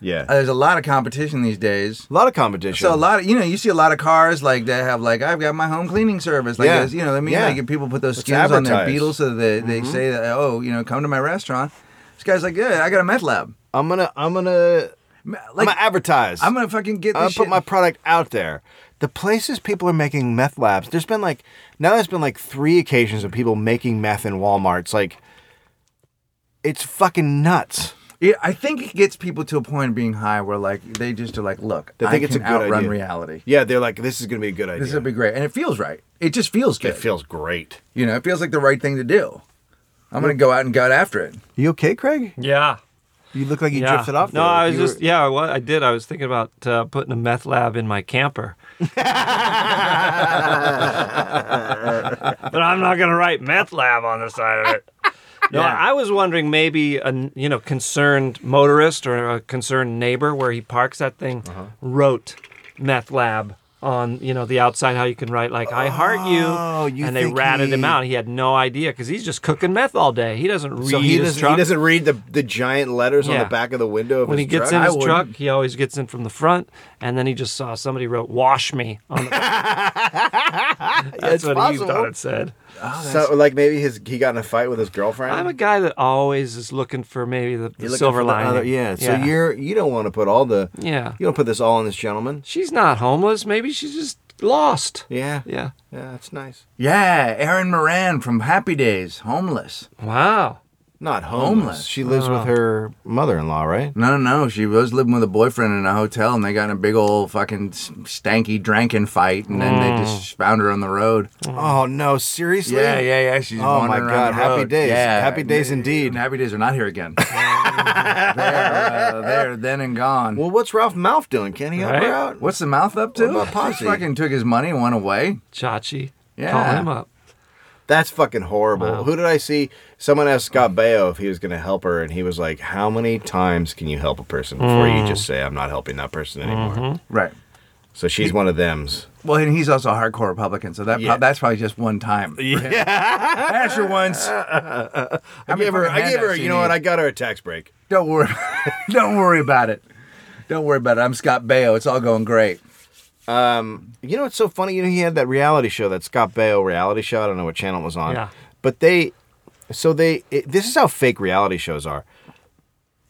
Speaker 2: Yeah.
Speaker 3: Uh, there's a lot of competition these days.
Speaker 2: a lot of competition.
Speaker 3: So a lot of you know you see a lot of cars like they have like I've got my home cleaning service like
Speaker 2: Yeah.
Speaker 3: there's- you know what I mean
Speaker 2: Yeah.
Speaker 3: like people put those skins on their
Speaker 2: advertise. Mm-hmm.
Speaker 3: beetles so that they, they say that oh you know come to my restaurant this guy's like yeah I got a meth lab
Speaker 2: I'm gonna I'm gonna
Speaker 3: Ma-
Speaker 2: I'm
Speaker 3: like
Speaker 2: gonna advertise.
Speaker 3: I'm gonna fucking get
Speaker 2: I
Speaker 3: this
Speaker 2: put
Speaker 3: shit
Speaker 2: my product out there. The places people are making meth labs, there's been like now there's been like three occasions of people making meth in Walmart's. Like, it's fucking nuts.
Speaker 3: It- I think it gets people to a point of being high where like they just are like look
Speaker 2: They think
Speaker 3: I
Speaker 2: it's a
Speaker 3: can
Speaker 2: good
Speaker 3: outrun
Speaker 2: idea.
Speaker 3: reality
Speaker 2: Yeah, they're like, this is gonna be a good
Speaker 3: this
Speaker 2: idea.
Speaker 3: would be great and it feels right it just feels good
Speaker 2: it feels great.
Speaker 3: you know it feels like the right thing to do I'm gonna go out and gut after it
Speaker 2: You okay, Craig?
Speaker 1: Yeah.
Speaker 2: You look like you
Speaker 1: yeah.
Speaker 2: drifted off.
Speaker 1: No,
Speaker 2: there.
Speaker 1: I was
Speaker 2: You were-
Speaker 1: just yeah. Well, I did. I was thinking about uh, putting a meth lab in my camper. but I'm not going to write meth lab on the side of it. No,
Speaker 3: Yeah.
Speaker 1: I was wondering maybe a you know concerned
Speaker 2: Uh-huh.
Speaker 1: motorist or a concerned neighbor where he parks that thing wrote meth lab on you know the outside how you can write like I heart you,
Speaker 2: Oh, you
Speaker 1: and they
Speaker 2: think
Speaker 1: ratted him
Speaker 2: he-
Speaker 1: out. He had no idea because he's just cooking meth all day. He doesn't read
Speaker 2: So he
Speaker 1: his
Speaker 2: doesn't,
Speaker 1: truck.
Speaker 2: he doesn't read the, the giant letters on
Speaker 1: Yeah.
Speaker 2: the back of the window of
Speaker 1: when he
Speaker 2: his
Speaker 1: gets
Speaker 2: truck?
Speaker 1: in his truck, he always gets in from the front, and then he just saw somebody wrote "wash me" on the. Back. That's
Speaker 2: It's
Speaker 1: what
Speaker 2: possible.
Speaker 1: he thought it said.
Speaker 2: so, like maybe his he got in a fight with his girlfriend.
Speaker 1: oh, I'm a guy that always is looking for maybe the, the
Speaker 2: You're looking
Speaker 1: silver
Speaker 2: for the
Speaker 1: lining.
Speaker 2: other- yeah. So you're you don't want to put all the
Speaker 1: Yeah.
Speaker 2: you don't put this all on this gentleman.
Speaker 1: She's not homeless. Maybe she's just lost.
Speaker 2: Yeah.
Speaker 1: Yeah.
Speaker 2: Yeah, that's nice.
Speaker 3: Yeah, Aaron Moran from Happy Days, homeless.
Speaker 1: Wow.
Speaker 2: Not homeless.
Speaker 3: Homeless.
Speaker 2: She lives with her mother-in-law, right?
Speaker 3: No, no, no. She was living with a boyfriend in a hotel, and they got in a big old fucking s- stanky drinking fight, and then
Speaker 2: Mm.
Speaker 3: they just found her on the road.
Speaker 2: Oh no, seriously?
Speaker 3: Yeah, yeah, yeah. She's
Speaker 2: Oh, my
Speaker 3: wandering around
Speaker 2: God,
Speaker 3: the
Speaker 2: happy
Speaker 3: road.
Speaker 2: days.
Speaker 3: Yeah,
Speaker 2: Happy days
Speaker 3: And-
Speaker 2: indeed.
Speaker 3: and happy days are not here again. they're, uh, they're then and gone.
Speaker 2: Well, what's Ralph Mouth doing? Can he help
Speaker 1: Right?
Speaker 2: her out?
Speaker 3: What's the mouth up to?
Speaker 2: What about Posse?
Speaker 3: fucking took his money and went away.
Speaker 1: Chachi. Call
Speaker 3: Yeah.
Speaker 1: him up.
Speaker 2: That's fucking horrible.
Speaker 1: Wow.
Speaker 2: Who did I see? Someone asked Scott Baio if he was going to help her, and he was like, "How many times can you help a person before you just say I'm not helping that person anymore?"
Speaker 3: Right.
Speaker 2: So she's one of them's.
Speaker 3: Well, and he's also a hardcore Republican, so that pro-
Speaker 2: Yeah.
Speaker 3: that's probably just one time. Yeah. that's your once. I,
Speaker 2: I gave her. I gave her. You know what? I got her a tax break.
Speaker 3: Don't worry. Don't worry about it. Don't worry about it. I'm Scott Baio. It's all going great.
Speaker 2: You know what's so funny? You know he had that reality show, that Scott Baio reality show. I don't know what channel it was on.
Speaker 1: Yeah.
Speaker 2: But they, so they. It, this is how fake reality shows are.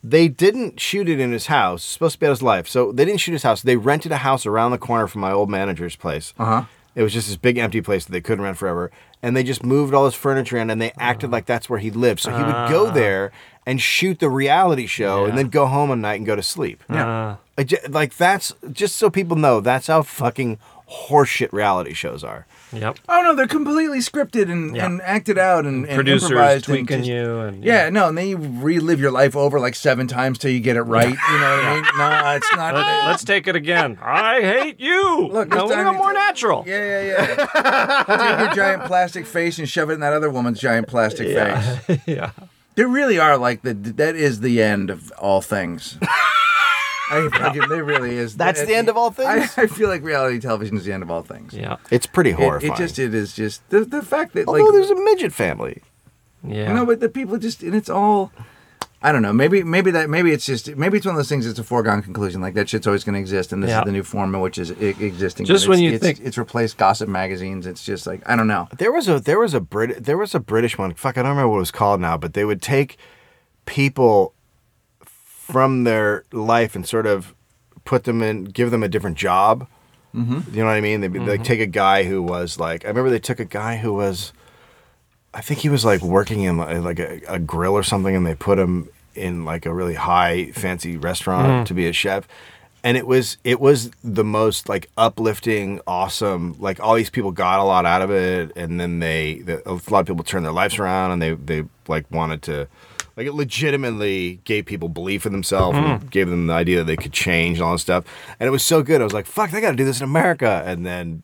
Speaker 2: They didn't shoot it in his house. It's supposed to be at his life. So they didn't shoot his house. They rented a house around the corner from my old manager's place. Uh
Speaker 1: Uh-huh.
Speaker 2: huh. It was just this big empty place that they couldn't rent forever. And they just moved all his furniture in and they acted like that's where he lived. So he would go there and shoot the reality show
Speaker 1: Ah. Yeah.
Speaker 2: and then go home at night and go to sleep.
Speaker 1: Yeah.
Speaker 2: I ju- like that's just so people know that's how fucking horseshit reality shows are.
Speaker 1: Yep.
Speaker 3: Oh no, they're completely scripted and,
Speaker 1: Yeah.
Speaker 3: and acted out and, and
Speaker 1: Producers
Speaker 3: improvised and
Speaker 1: tweaking
Speaker 3: just-
Speaker 1: you and
Speaker 3: Yeah, no, and then you relive your life over like seven times till you get it right. You know what I mean? No, it's not.
Speaker 1: Let, us take it again. I hate you.
Speaker 3: Look,
Speaker 1: no,
Speaker 3: this
Speaker 1: we're
Speaker 3: time
Speaker 1: gonna
Speaker 3: you-
Speaker 1: more natural.
Speaker 3: Yeah, yeah, yeah. Take your giant plastic face and shove it in that other woman's giant plastic face.
Speaker 1: yeah.
Speaker 3: There really are like the that is the end of all things. I fucking, there really is.
Speaker 2: That's the end of all things?
Speaker 3: I, I feel like reality television is the end of all things.
Speaker 1: Yeah.
Speaker 2: It's pretty
Speaker 3: It,
Speaker 2: horrifying.
Speaker 3: it just it is just the the fact that
Speaker 2: Although
Speaker 3: like
Speaker 2: there's a midget family.
Speaker 1: Yeah.
Speaker 3: No, but the people just and it's all I don't know. Maybe maybe that maybe it's just maybe it's one of those things. It's a foregone conclusion. Like that shit's always going to exist, and this
Speaker 1: Yeah.
Speaker 3: is the new form in which is it existing.
Speaker 1: Just
Speaker 3: And
Speaker 1: when
Speaker 3: it's-
Speaker 1: you
Speaker 3: it's-
Speaker 1: think-
Speaker 3: it's replaced gossip magazines, it's just like I don't know.
Speaker 2: There was a there was a Brit there was a British one. Fuck, I don't remember what it was called now, but they would take people from their life and sort of put them in, give them a different job.
Speaker 3: Mm-hmm.
Speaker 2: You know what I mean? They would like take a guy who was like I remember they took a guy who was, I think he was like working in li- like a, a grill or something, and they put him in like a really high fancy
Speaker 3: Mm.
Speaker 2: restaurant to be a chef. And it was it was the most like uplifting, awesome. Like all these people got a lot out of it, and then they the, a lot of people turned their lives around, and they they like wanted to, like it legitimately gave people belief in themselves,
Speaker 3: Mm.
Speaker 2: and gave them the idea that they could change and all this stuff. And it was so good. I was like, fuck, they got to do this in America. And then,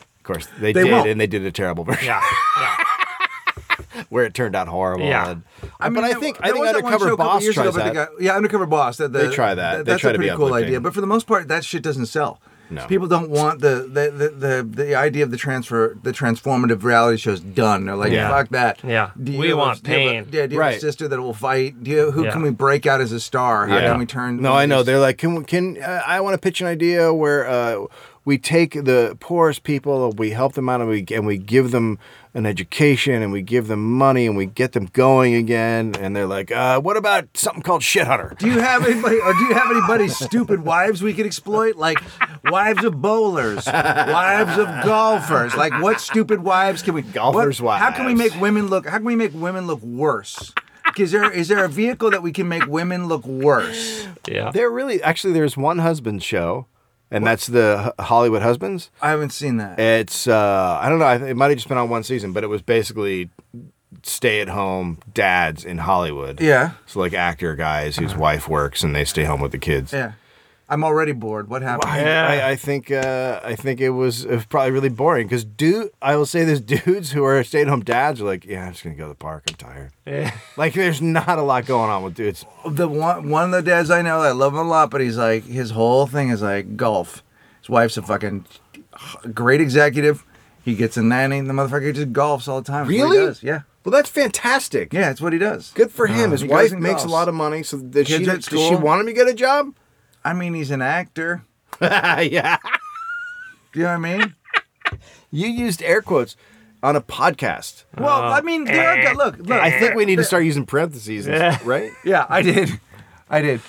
Speaker 2: of course, they,
Speaker 3: They
Speaker 2: did,
Speaker 3: won't.
Speaker 2: and they did a terrible version
Speaker 1: yeah. Yeah.
Speaker 2: where it turned out horrible.
Speaker 1: Yeah.
Speaker 2: And- but I
Speaker 3: there-
Speaker 2: think I
Speaker 3: there
Speaker 2: think
Speaker 3: was that one show a
Speaker 2: Undercover
Speaker 3: couple
Speaker 2: Boss
Speaker 3: years
Speaker 2: tries
Speaker 3: ago, but
Speaker 2: that.
Speaker 3: they got- yeah, Undercover Boss. That the,
Speaker 2: They try that. They
Speaker 3: that's
Speaker 2: try
Speaker 3: a
Speaker 2: to be
Speaker 3: pretty cool
Speaker 2: uplifting.
Speaker 3: idea. But for the most part, that shit doesn't sell.
Speaker 2: No.
Speaker 3: People don't want the the, the, the the idea of the transfer the transformative reality shows done. They're like,
Speaker 1: Yeah.
Speaker 3: fuck that.
Speaker 1: Yeah.
Speaker 3: Do you
Speaker 1: We
Speaker 3: have a-
Speaker 1: want
Speaker 3: do you have a-
Speaker 1: pain.
Speaker 3: yeah. Do you have a
Speaker 2: Right.
Speaker 3: sister that will fight? Do you, who
Speaker 1: Yeah.
Speaker 3: can we break out as a star? How
Speaker 2: Yeah.
Speaker 3: can we turn?
Speaker 2: No,
Speaker 3: one
Speaker 2: I
Speaker 3: of
Speaker 2: know.
Speaker 3: these-
Speaker 2: They're like, can can uh, I want to pitch an idea where uh, we take the poorest people, we help them out, and we and we give them an education, and we give them money, and we get them going again. And they're like, uh, what about something called Shit Hunter?
Speaker 3: Do you have anybody? Or do you have anybody's stupid wives we could exploit? Like wives of bowlers, wives of golfers. Like what stupid wives can we?
Speaker 2: Golfers'
Speaker 3: what- How can we
Speaker 2: wives.
Speaker 3: make women look? How can we make women look worse? Is there is there a vehicle that we can make women look worse?
Speaker 1: Yeah.
Speaker 2: There really, actually, there's one husband show, and that's the H- Hollywood Husbands.
Speaker 3: I haven't seen that.
Speaker 2: It's uh, I don't know. I th- It might have just been on one season, but it was basically stay-at-home dads in Hollywood.
Speaker 3: Yeah.
Speaker 2: So like actor guys whose wife works and they stay home with the kids.
Speaker 3: Yeah, I'm already bored. What happened?
Speaker 2: I, I, I think uh, I think it was, it was probably really boring because dude, I will say this: dudes who are stay-at-home dads are like, yeah, I'm just gonna go to the park. I'm tired.
Speaker 1: Yeah.
Speaker 2: Like, there's not a lot going on with dudes.
Speaker 3: the one one of the dads I know, I love him a lot, but he's like his whole thing is like golf. His wife's a fucking great executive. He gets a nine and the motherfucker just golfs all the time. It's what he
Speaker 2: Really?
Speaker 3: does. Yeah.
Speaker 2: Well, that's fantastic.
Speaker 3: Yeah, Uh, that's what he does.
Speaker 2: Good for him. His
Speaker 3: He
Speaker 2: wife
Speaker 3: goes and
Speaker 2: makes a
Speaker 3: golfs.
Speaker 2: lot of money, so does she,
Speaker 3: Kids at
Speaker 2: does she
Speaker 3: school.
Speaker 2: want him to get a job?
Speaker 3: I mean, he's an actor.
Speaker 2: yeah.
Speaker 3: Do you know what I mean?
Speaker 2: You used air quotes on a podcast.
Speaker 3: well, I mean, there are, go- look, look.
Speaker 2: I think we need to start using parentheses, and stuff, right?
Speaker 3: Yeah, I did. I did.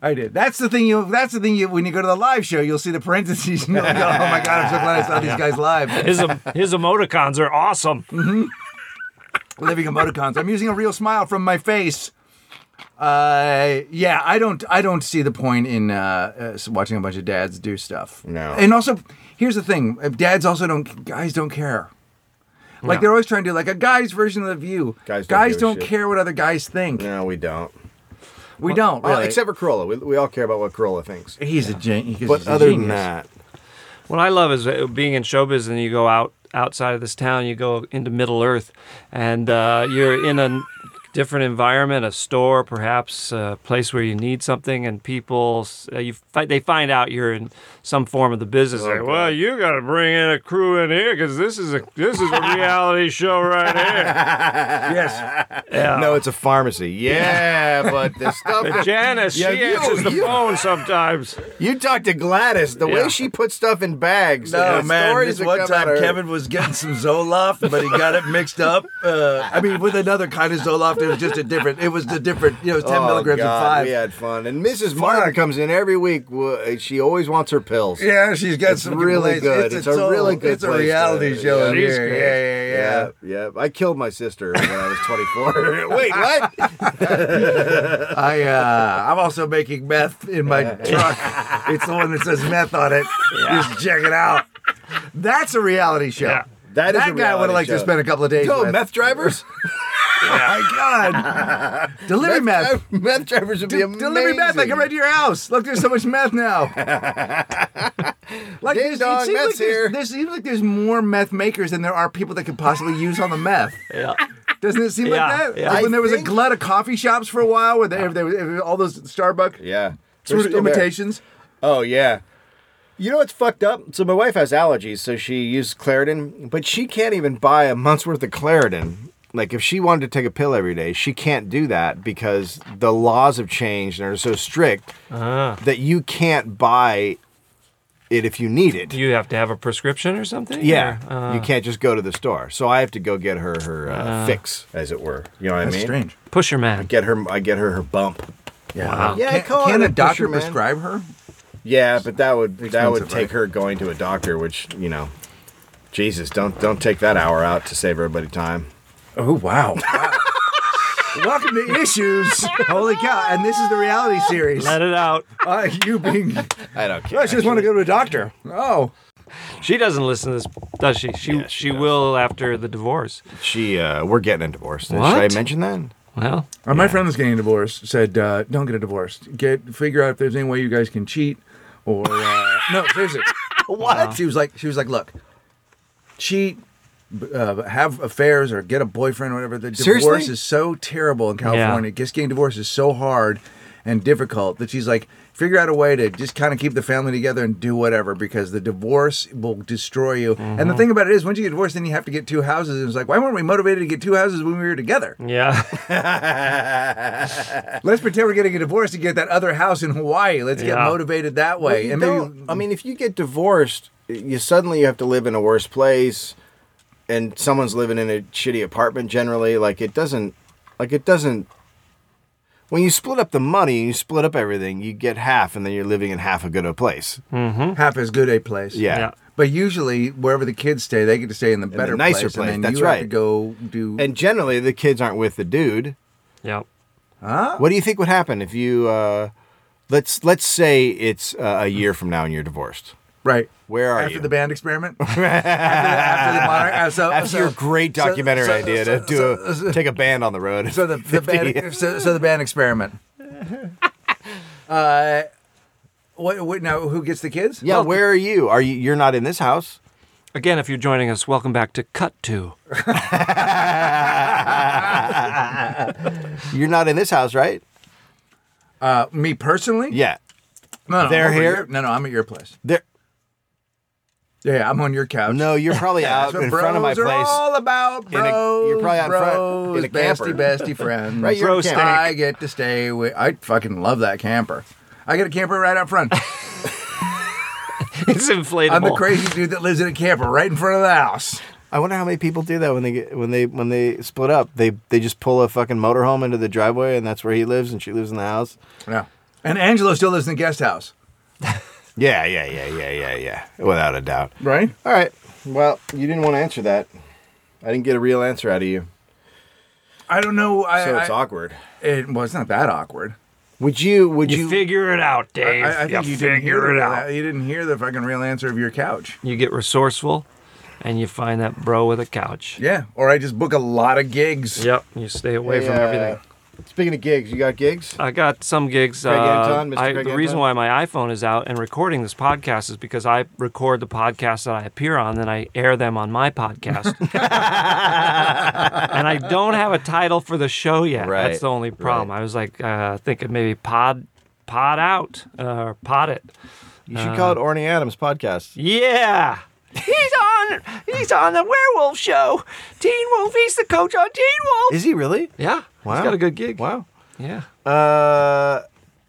Speaker 3: I did. That's the thing. You. That's the thing. You. When you go to the live show, you'll see the parentheses. And you're like, oh my god! I'm so glad I saw these guys live.
Speaker 1: His em- his emoticons are awesome.
Speaker 3: Living emoticons. I'm using a real smile from my face. Uh, yeah. I don't. I don't see the point in uh, uh, watching a bunch of dads do stuff.
Speaker 2: No.
Speaker 3: And also, here's the thing. uh, Dads also don't. Guys don't care. Like
Speaker 1: No.
Speaker 3: they're always trying to do like a guy's version of the view.
Speaker 2: Guys don't
Speaker 3: guys
Speaker 2: give a
Speaker 3: don't
Speaker 2: shit.
Speaker 3: care what other guys think.
Speaker 2: No, we don't.
Speaker 3: We don't
Speaker 2: Well,
Speaker 3: really.
Speaker 2: except for Corolla. We, we all care about what Corolla thinks.
Speaker 3: he's a genius.
Speaker 2: But other than that,
Speaker 1: What I love is uh, being in showbiz and you go out outside of this town, you go into Middle Earth, and uh, you're in a different environment, a store, perhaps a place where you need something, and people s- uh, you fi- they find out you're in some form of the business. like, uh, well, you got to bring in a crew in here because this is a this is a reality show right here.
Speaker 3: yes.
Speaker 2: no, it's a pharmacy. Yeah, but the stuff
Speaker 1: But Janice,
Speaker 2: Yeah,
Speaker 1: she
Speaker 2: you-
Speaker 1: answers the
Speaker 2: you-
Speaker 1: phone sometimes.
Speaker 2: You talk to Gladys. The
Speaker 1: Yeah.
Speaker 2: way she puts stuff in bags.
Speaker 3: No
Speaker 2: the
Speaker 3: man,
Speaker 2: stories
Speaker 3: this
Speaker 2: that
Speaker 3: one
Speaker 2: come out
Speaker 3: time
Speaker 2: are-
Speaker 3: Kevin was getting some Zoloft, but he got it mixed up. Uh, I mean, with another kind of Zoloft, it was just a different. It was the different. You know, it was ten
Speaker 2: Oh,
Speaker 3: milligrams
Speaker 2: God,
Speaker 3: of five.
Speaker 2: We had fun, and Mrs. Martin
Speaker 3: Fuck.
Speaker 2: comes in every week. Wo- She always wants her pills.
Speaker 3: Yeah, she's got
Speaker 2: It's
Speaker 3: some
Speaker 2: really
Speaker 3: complaints.
Speaker 2: good. It's a
Speaker 3: total-
Speaker 2: really good
Speaker 3: It's a
Speaker 2: place to-
Speaker 3: reality show
Speaker 2: yeah,
Speaker 3: in
Speaker 1: she's
Speaker 3: here.
Speaker 1: great.
Speaker 3: Yeah, yeah, yeah.
Speaker 2: yeah, yeah. I killed my sister when I was 24. Wait, what?
Speaker 3: I uh, I'm also making meth in my truck. it's the one that says meth on it. Just check it out. That's a reality show.
Speaker 1: Yeah.
Speaker 2: That is a
Speaker 3: guy would
Speaker 2: reality
Speaker 3: like to
Speaker 2: show.
Speaker 3: spend a couple of days.
Speaker 2: No,
Speaker 3: with.
Speaker 2: meth drivers.
Speaker 3: My God, delivery meth.
Speaker 2: dri- meth drivers would be amazing.
Speaker 3: Delivery meth, I come right to your house. Look, there's so much meth now. like,
Speaker 2: Ding
Speaker 3: there's-
Speaker 2: dong,
Speaker 3: it seems like
Speaker 2: meth's here.
Speaker 3: there's, there seems like there's more meth makers than there are people that could possibly use on the meth.
Speaker 1: Yeah.
Speaker 3: Doesn't it seem
Speaker 1: Yeah,
Speaker 3: like that?
Speaker 1: yeah.
Speaker 3: Like when
Speaker 2: I
Speaker 3: there was a
Speaker 2: think-
Speaker 3: glut of coffee shops for a while, where they, if they, if all those Starbucks
Speaker 2: Yeah, They're
Speaker 3: sort of
Speaker 2: still there.
Speaker 3: imitations.
Speaker 2: Oh yeah. You know what's fucked up? So my wife has allergies, so she used Claritin, but she can't even buy a month's worth of Claritin. Like if she wanted to take a pill every day, she can't do that because the laws have changed and are so strict that you can't buy it if you need it.
Speaker 1: Do you have to have a prescription or something?
Speaker 2: yeah,
Speaker 1: Or, uh,
Speaker 2: you can't just go to the store. So I have to go get her her uh, fix, as it were. You know what I mean?
Speaker 1: pusher man.
Speaker 2: Get her, I get her her bump.
Speaker 3: Yeah.
Speaker 1: Wow.
Speaker 2: Yeah, I
Speaker 3: Can,
Speaker 2: call
Speaker 3: can
Speaker 2: it
Speaker 3: a
Speaker 2: a pusher,
Speaker 3: doctor
Speaker 2: man.
Speaker 3: prescribe her?
Speaker 2: Yeah, but that would that would
Speaker 3: Expensive,
Speaker 2: take
Speaker 3: right?
Speaker 2: her going to a doctor, which you know, Jesus, don't don't take that hour out to save everybody time.
Speaker 3: Oh wow. Welcome to Issues. Holy cow! And this is the reality series.
Speaker 1: Let it out.
Speaker 3: Uh, you being,
Speaker 2: I don't care.
Speaker 3: I just want to go to a doctor. Oh.
Speaker 1: She doesn't listen to this, does she? She
Speaker 2: Yeah, she
Speaker 1: she,
Speaker 2: does.
Speaker 1: will after the divorce.
Speaker 2: She, uh, we're getting a divorce. Did-
Speaker 1: What?
Speaker 2: Should I mention that?
Speaker 1: Well,
Speaker 3: Uh, My friend that's getting a divorce said, uh, "Don't get a divorce. Get figure out if there's any way you guys can cheat, or uh, no, seriously, Uh-huh. what?" She was like, "She was like, look, cheat, b- uh, have affairs, or get a boyfriend, or whatever. The divorce
Speaker 2: Seriously?
Speaker 3: is so terrible in California. Just getting divorced is so hard and difficult that she's like, figure out a way to just kind of keep the family together and do whatever because the divorce will destroy you. And the thing about it is, once you get divorced, then you have to get two houses. And it's like, why weren't we motivated to get two houses when we were together?
Speaker 1: yeah.
Speaker 3: Let's pretend we're getting a divorce to get that other house in Hawaii. Let's get
Speaker 1: Yeah.
Speaker 3: motivated that
Speaker 2: Well,
Speaker 3: way.
Speaker 2: you
Speaker 3: and maybe
Speaker 2: don't- I mean, if you get divorced, you suddenly you have to live in a worse place, and someone's living in a shitty apartment. Generally, like it doesn't, like it doesn't. When you split up the money and you split up everything, you get half, and then you're living in half a good a place.
Speaker 3: Hmm. half as good a place.
Speaker 2: Hmm? Yeah.
Speaker 1: Yeah.
Speaker 3: But usually, wherever the kids stay, they get to stay in the better,
Speaker 2: nicer
Speaker 3: And
Speaker 2: place,
Speaker 3: then
Speaker 2: that's
Speaker 3: you Have to
Speaker 2: right.
Speaker 3: go do.
Speaker 2: And generally, the kids aren't with the dude.
Speaker 1: Yeah.
Speaker 3: huh?
Speaker 2: What do you think would happen if you uh, let's let's say it's uh, a year from now and you're divorced?
Speaker 3: Right.
Speaker 2: Where are
Speaker 3: after
Speaker 2: you?
Speaker 3: the band experiment? after, the- after the mono- uh, so,
Speaker 2: After
Speaker 3: so-
Speaker 2: your great
Speaker 3: so-
Speaker 2: documentary
Speaker 3: so-
Speaker 2: idea
Speaker 3: so-
Speaker 2: to do
Speaker 3: so-
Speaker 2: a, take a band on the road.
Speaker 3: So the, the band, so, so the band experiment. uh, what, what now? Who gets the kids?
Speaker 2: yeah, where are you? Are you? You're not in this house.
Speaker 1: Again, if you're joining us, welcome back to Cut To.
Speaker 2: You're not in this house, right?
Speaker 3: Uh, me personally?
Speaker 2: Yeah.
Speaker 3: No, no,
Speaker 2: They're
Speaker 3: I'm over
Speaker 2: here?
Speaker 3: No, no, I'm at your place.
Speaker 2: There.
Speaker 3: Yeah, I'm on your couch.
Speaker 2: No, you're probably out
Speaker 3: That's what
Speaker 2: in front of my
Speaker 3: bros are
Speaker 2: place.
Speaker 3: all about
Speaker 2: In a-
Speaker 3: bros.
Speaker 2: you're probably out in front-
Speaker 3: bros,
Speaker 2: in a camper.
Speaker 3: bestie, bestie friends.
Speaker 2: Right, you're
Speaker 1: Bro in a camper.
Speaker 3: I get to stay with. I fucking love that camper. I got a camper right out front.
Speaker 1: It's inflatable.
Speaker 3: I'm the crazy dude that lives in a camper right in front of the house.
Speaker 2: I wonder how many people do that when they get when they when they split up. They they just pull a fucking motorhome into the driveway and that's where he lives and she lives in the house.
Speaker 3: Yeah. And Angelo still lives in the guest house.
Speaker 2: Yeah, yeah, yeah, yeah, yeah, yeah. Without a doubt.
Speaker 3: Right?
Speaker 2: All right. Well, you didn't want to answer that. I didn't get a real answer out of you.
Speaker 3: I don't know. I,
Speaker 2: So it's
Speaker 3: I-
Speaker 2: awkward.
Speaker 3: It, well, it's not that awkward.
Speaker 2: Would you would
Speaker 1: you,
Speaker 2: you,
Speaker 1: figure it out,
Speaker 3: I,
Speaker 1: Dave.
Speaker 3: I think you, didn't
Speaker 1: figure
Speaker 3: hear
Speaker 1: it
Speaker 3: the-
Speaker 1: out.
Speaker 3: You didn't hear the fucking real answer of your couch.
Speaker 1: You get resourceful, and you find that bro with a couch.
Speaker 3: Yeah. Or I just book a lot of gigs.
Speaker 1: Yep, you stay away
Speaker 2: Hey,
Speaker 1: from
Speaker 2: uh,
Speaker 1: everything.
Speaker 2: Speaking of gigs, you got gigs?
Speaker 1: I got some gigs.
Speaker 2: Craig
Speaker 1: uh,
Speaker 2: Anton, Mr.
Speaker 1: I-
Speaker 2: Craig
Speaker 1: the reason
Speaker 2: Anton?
Speaker 1: why my iPhone is out and recording this podcast is because I record the podcasts that I appear on, then I air them on my podcast. and I don't have a title for the show yet.
Speaker 2: Right,
Speaker 1: That's the only problem. I was like uh, thinking maybe pod, pod out uh, or pod it.
Speaker 2: You should call it Orny Adams podcast.
Speaker 1: Yeah. He's on. He's on the werewolf show. Teen Wolf. He's the coach on Teen Wolf.
Speaker 2: Is he really?
Speaker 1: Yeah.
Speaker 2: Wow.
Speaker 1: He's got a good gig.
Speaker 2: Wow.
Speaker 1: Yeah.
Speaker 2: Uh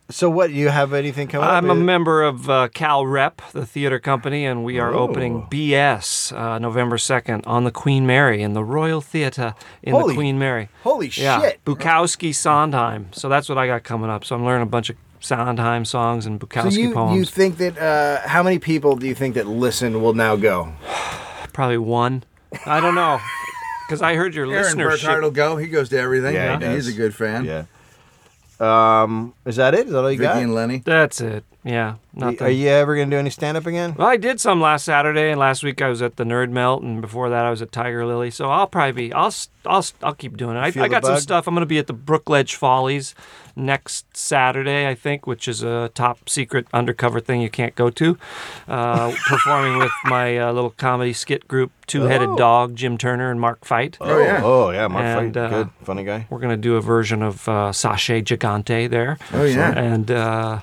Speaker 2: so what, you have anything coming
Speaker 1: I'm
Speaker 2: up?
Speaker 1: a member of uh, Cal Rep, the theater company, and we are opening
Speaker 2: Oh.
Speaker 1: BS uh, November 2nd on the Queen Mary in the Royal Theater in
Speaker 2: Holy-
Speaker 1: the Queen Mary.
Speaker 2: Holy
Speaker 1: Yeah,
Speaker 2: shit.
Speaker 1: Bukowski Sondheim. So that's what I got coming up. So I'm learning a bunch of Sondheim songs and
Speaker 2: So
Speaker 1: Bukowski
Speaker 2: you, you
Speaker 1: poems.
Speaker 2: think that uh, how many people do you think that listen will now go?
Speaker 1: Probably one. I don't know. Because I heard your
Speaker 3: Aaron Burkhardt will
Speaker 1: listenership.
Speaker 3: go. He goes to everything.
Speaker 2: Yeah, he
Speaker 3: He's
Speaker 2: does.
Speaker 3: a good fan.
Speaker 2: Um, is that it? Is that all you
Speaker 3: Vicky and
Speaker 2: got?
Speaker 3: Lenny.
Speaker 1: That's it. Yeah. Nothing.
Speaker 2: Are you ever gonna do any stand up again?
Speaker 1: Well, I did some last Saturday, and last week I was at the Nerd Melt, and before that I was at Tiger Lily. So I'll probably be, I'll, s- I'll, s- I'll keep doing it. I,
Speaker 2: Feel
Speaker 1: I
Speaker 2: the
Speaker 1: got some
Speaker 2: bug?
Speaker 1: stuff. I'm going to be at the Brookledge Follies next Saturday, I think, which is a top secret undercover thing you can't go to. Uh, performing with my uh, little comedy skit group, Two Headed
Speaker 2: Oh.
Speaker 1: Dog, Jim Turner and Mark Fight.
Speaker 3: Oh, yeah.
Speaker 2: Oh yeah, Mark
Speaker 1: And,
Speaker 2: Fight,
Speaker 1: uh,
Speaker 2: good, funny guy.
Speaker 1: We're going to do a version of uh, Sachet Gigante there.
Speaker 3: Oh, yeah.
Speaker 1: And uh,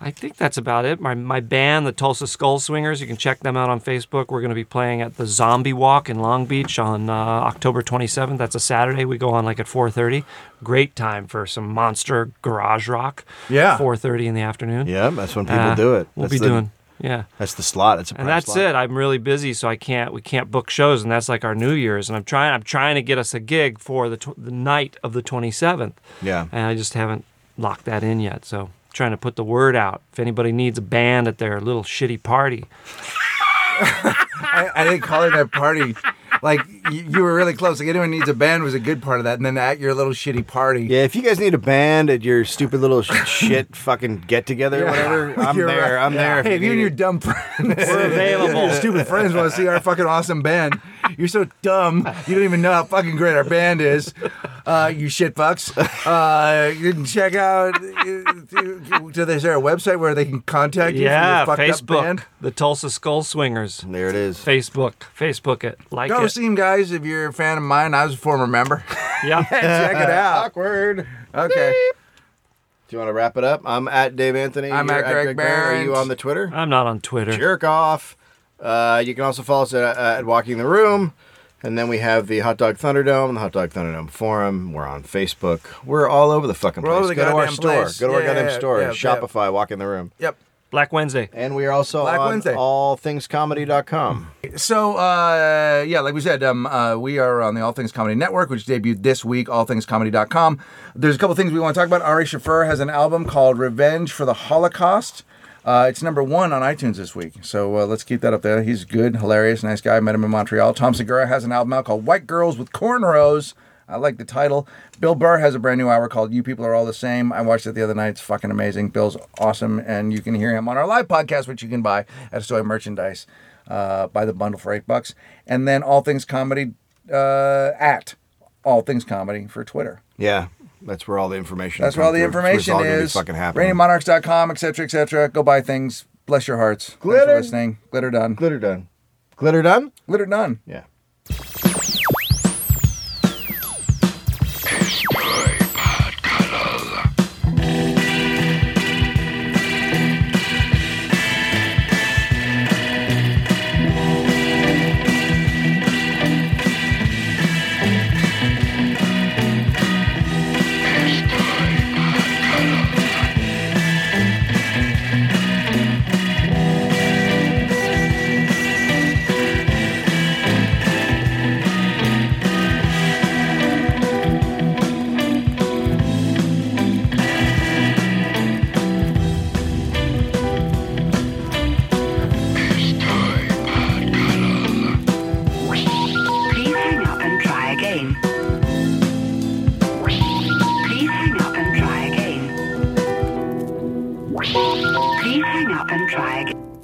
Speaker 1: I think that's about it. My, my band, the Tulsa Skull Swingers, you can check them out on Facebook. We're going to be playing at the Zombie Walk in Long Beach on uh, October 27th. That's a Saturday. We go on like at 4.30. Great time for some monster garage rock.
Speaker 3: Yeah.
Speaker 1: 4.30 in the afternoon.
Speaker 2: Yeah, that's when people
Speaker 1: Uh,
Speaker 2: do it.
Speaker 1: We'll
Speaker 2: that's
Speaker 1: be
Speaker 2: the,
Speaker 1: doing, yeah.
Speaker 2: That's the slot. It's a
Speaker 1: And that's it. I'm really busy, so I can't. We can't book shows, and that's like our New Year's. And I'm trying. I'm trying to get us a gig for the tw- the night of the 27th.
Speaker 2: Yeah.
Speaker 1: And I just haven't locked that in yet. So trying to put the word out. If anybody needs a band at their little shitty party,
Speaker 3: I, I think calling that party, like you, you were really close. Like anyone needs a band was a good part of that. And then at your little shitty party,
Speaker 2: Yeah, if you guys need a band at your stupid little sh- shit fucking get together or whatever, I'm
Speaker 3: You're
Speaker 2: there.
Speaker 3: right.
Speaker 2: I'm there.
Speaker 3: Hey, if you and
Speaker 2: need
Speaker 3: your
Speaker 2: it.
Speaker 3: dumb friends,
Speaker 1: We're available.
Speaker 3: Your stupid friends want to see our fucking awesome band. You're so dumb. You don't even know how fucking great our band is. Uh, you shit fucks. Uh, you can check out. uh, Do they is there a website where they can contact you? for your
Speaker 1: yeah,
Speaker 3: fucked up
Speaker 1: Facebook,
Speaker 3: band?
Speaker 1: the Tulsa Skull Swingers,
Speaker 2: there it is.
Speaker 1: Facebook, Facebook it, like
Speaker 3: Go
Speaker 1: it,
Speaker 3: see them, guys. If you're a fan of mine, I was a former member.
Speaker 1: yeah.
Speaker 3: check it out.
Speaker 2: Awkward.
Speaker 3: Okay.
Speaker 2: Do you want to wrap it up? I'm at Dave Anthony.
Speaker 3: I'm
Speaker 2: You're
Speaker 3: at Greg
Speaker 2: Barron. Are you
Speaker 3: Barron.
Speaker 2: on the Twitter?
Speaker 1: I'm not on Twitter.
Speaker 2: Jerk off. Uh, you can also follow us at, uh, at Walking the Room. And then we have the Hot Dog Thunderdome, the Hot Dog Thunderdome Forum. We're on Facebook. We're all over the fucking
Speaker 3: We're all
Speaker 2: place.
Speaker 3: over the
Speaker 2: Go to our
Speaker 3: goddamn
Speaker 2: store.
Speaker 3: place.
Speaker 2: Go to our
Speaker 3: Yeah,
Speaker 2: goddamn
Speaker 3: yeah,
Speaker 2: store.
Speaker 3: yeah,
Speaker 2: Shopify, Walk in the Room.
Speaker 3: Yep.
Speaker 1: Black Wednesday.
Speaker 2: And we are also
Speaker 3: Black
Speaker 2: on
Speaker 3: Wednesday.
Speaker 2: allthingscomedy.com.
Speaker 3: So uh, yeah, like we said, um, uh, we are on the All Things Comedy Network, which debuted this week. AllThingsComedy.com. There's a couple things we want to talk about. Ari Shaffer has an album called "Revenge for the Holocaust." Uh, it's number one on iTunes this week, so uh, let's keep that up there. He's good, hilarious, nice guy. Met him in Montreal. Tom Segura has an album out called "White Girls with Cornrows." I like the title. Bill Burr has a brand new hour called You People Are All the Same. I watched it the other night. It's fucking amazing. Bill's awesome. And you can hear him on our live podcast, which you can buy at Soy Merchandise. Uh, buy the bundle for eight bucks. And then All Things Comedy uh, at All Things Comedy for Twitter.
Speaker 2: Yeah, that's where all the information.
Speaker 3: That's where all the information is.
Speaker 2: Fucking happening.
Speaker 3: RainyMonarchs.com, et cetera, et cetera. Go buy things. Bless your hearts. Thanks
Speaker 2: Glitter.
Speaker 3: for listening. Glitter done.
Speaker 2: Glitter done. Glitter done.
Speaker 3: Glitter done.
Speaker 2: Yeah.
Speaker 4: up and try again.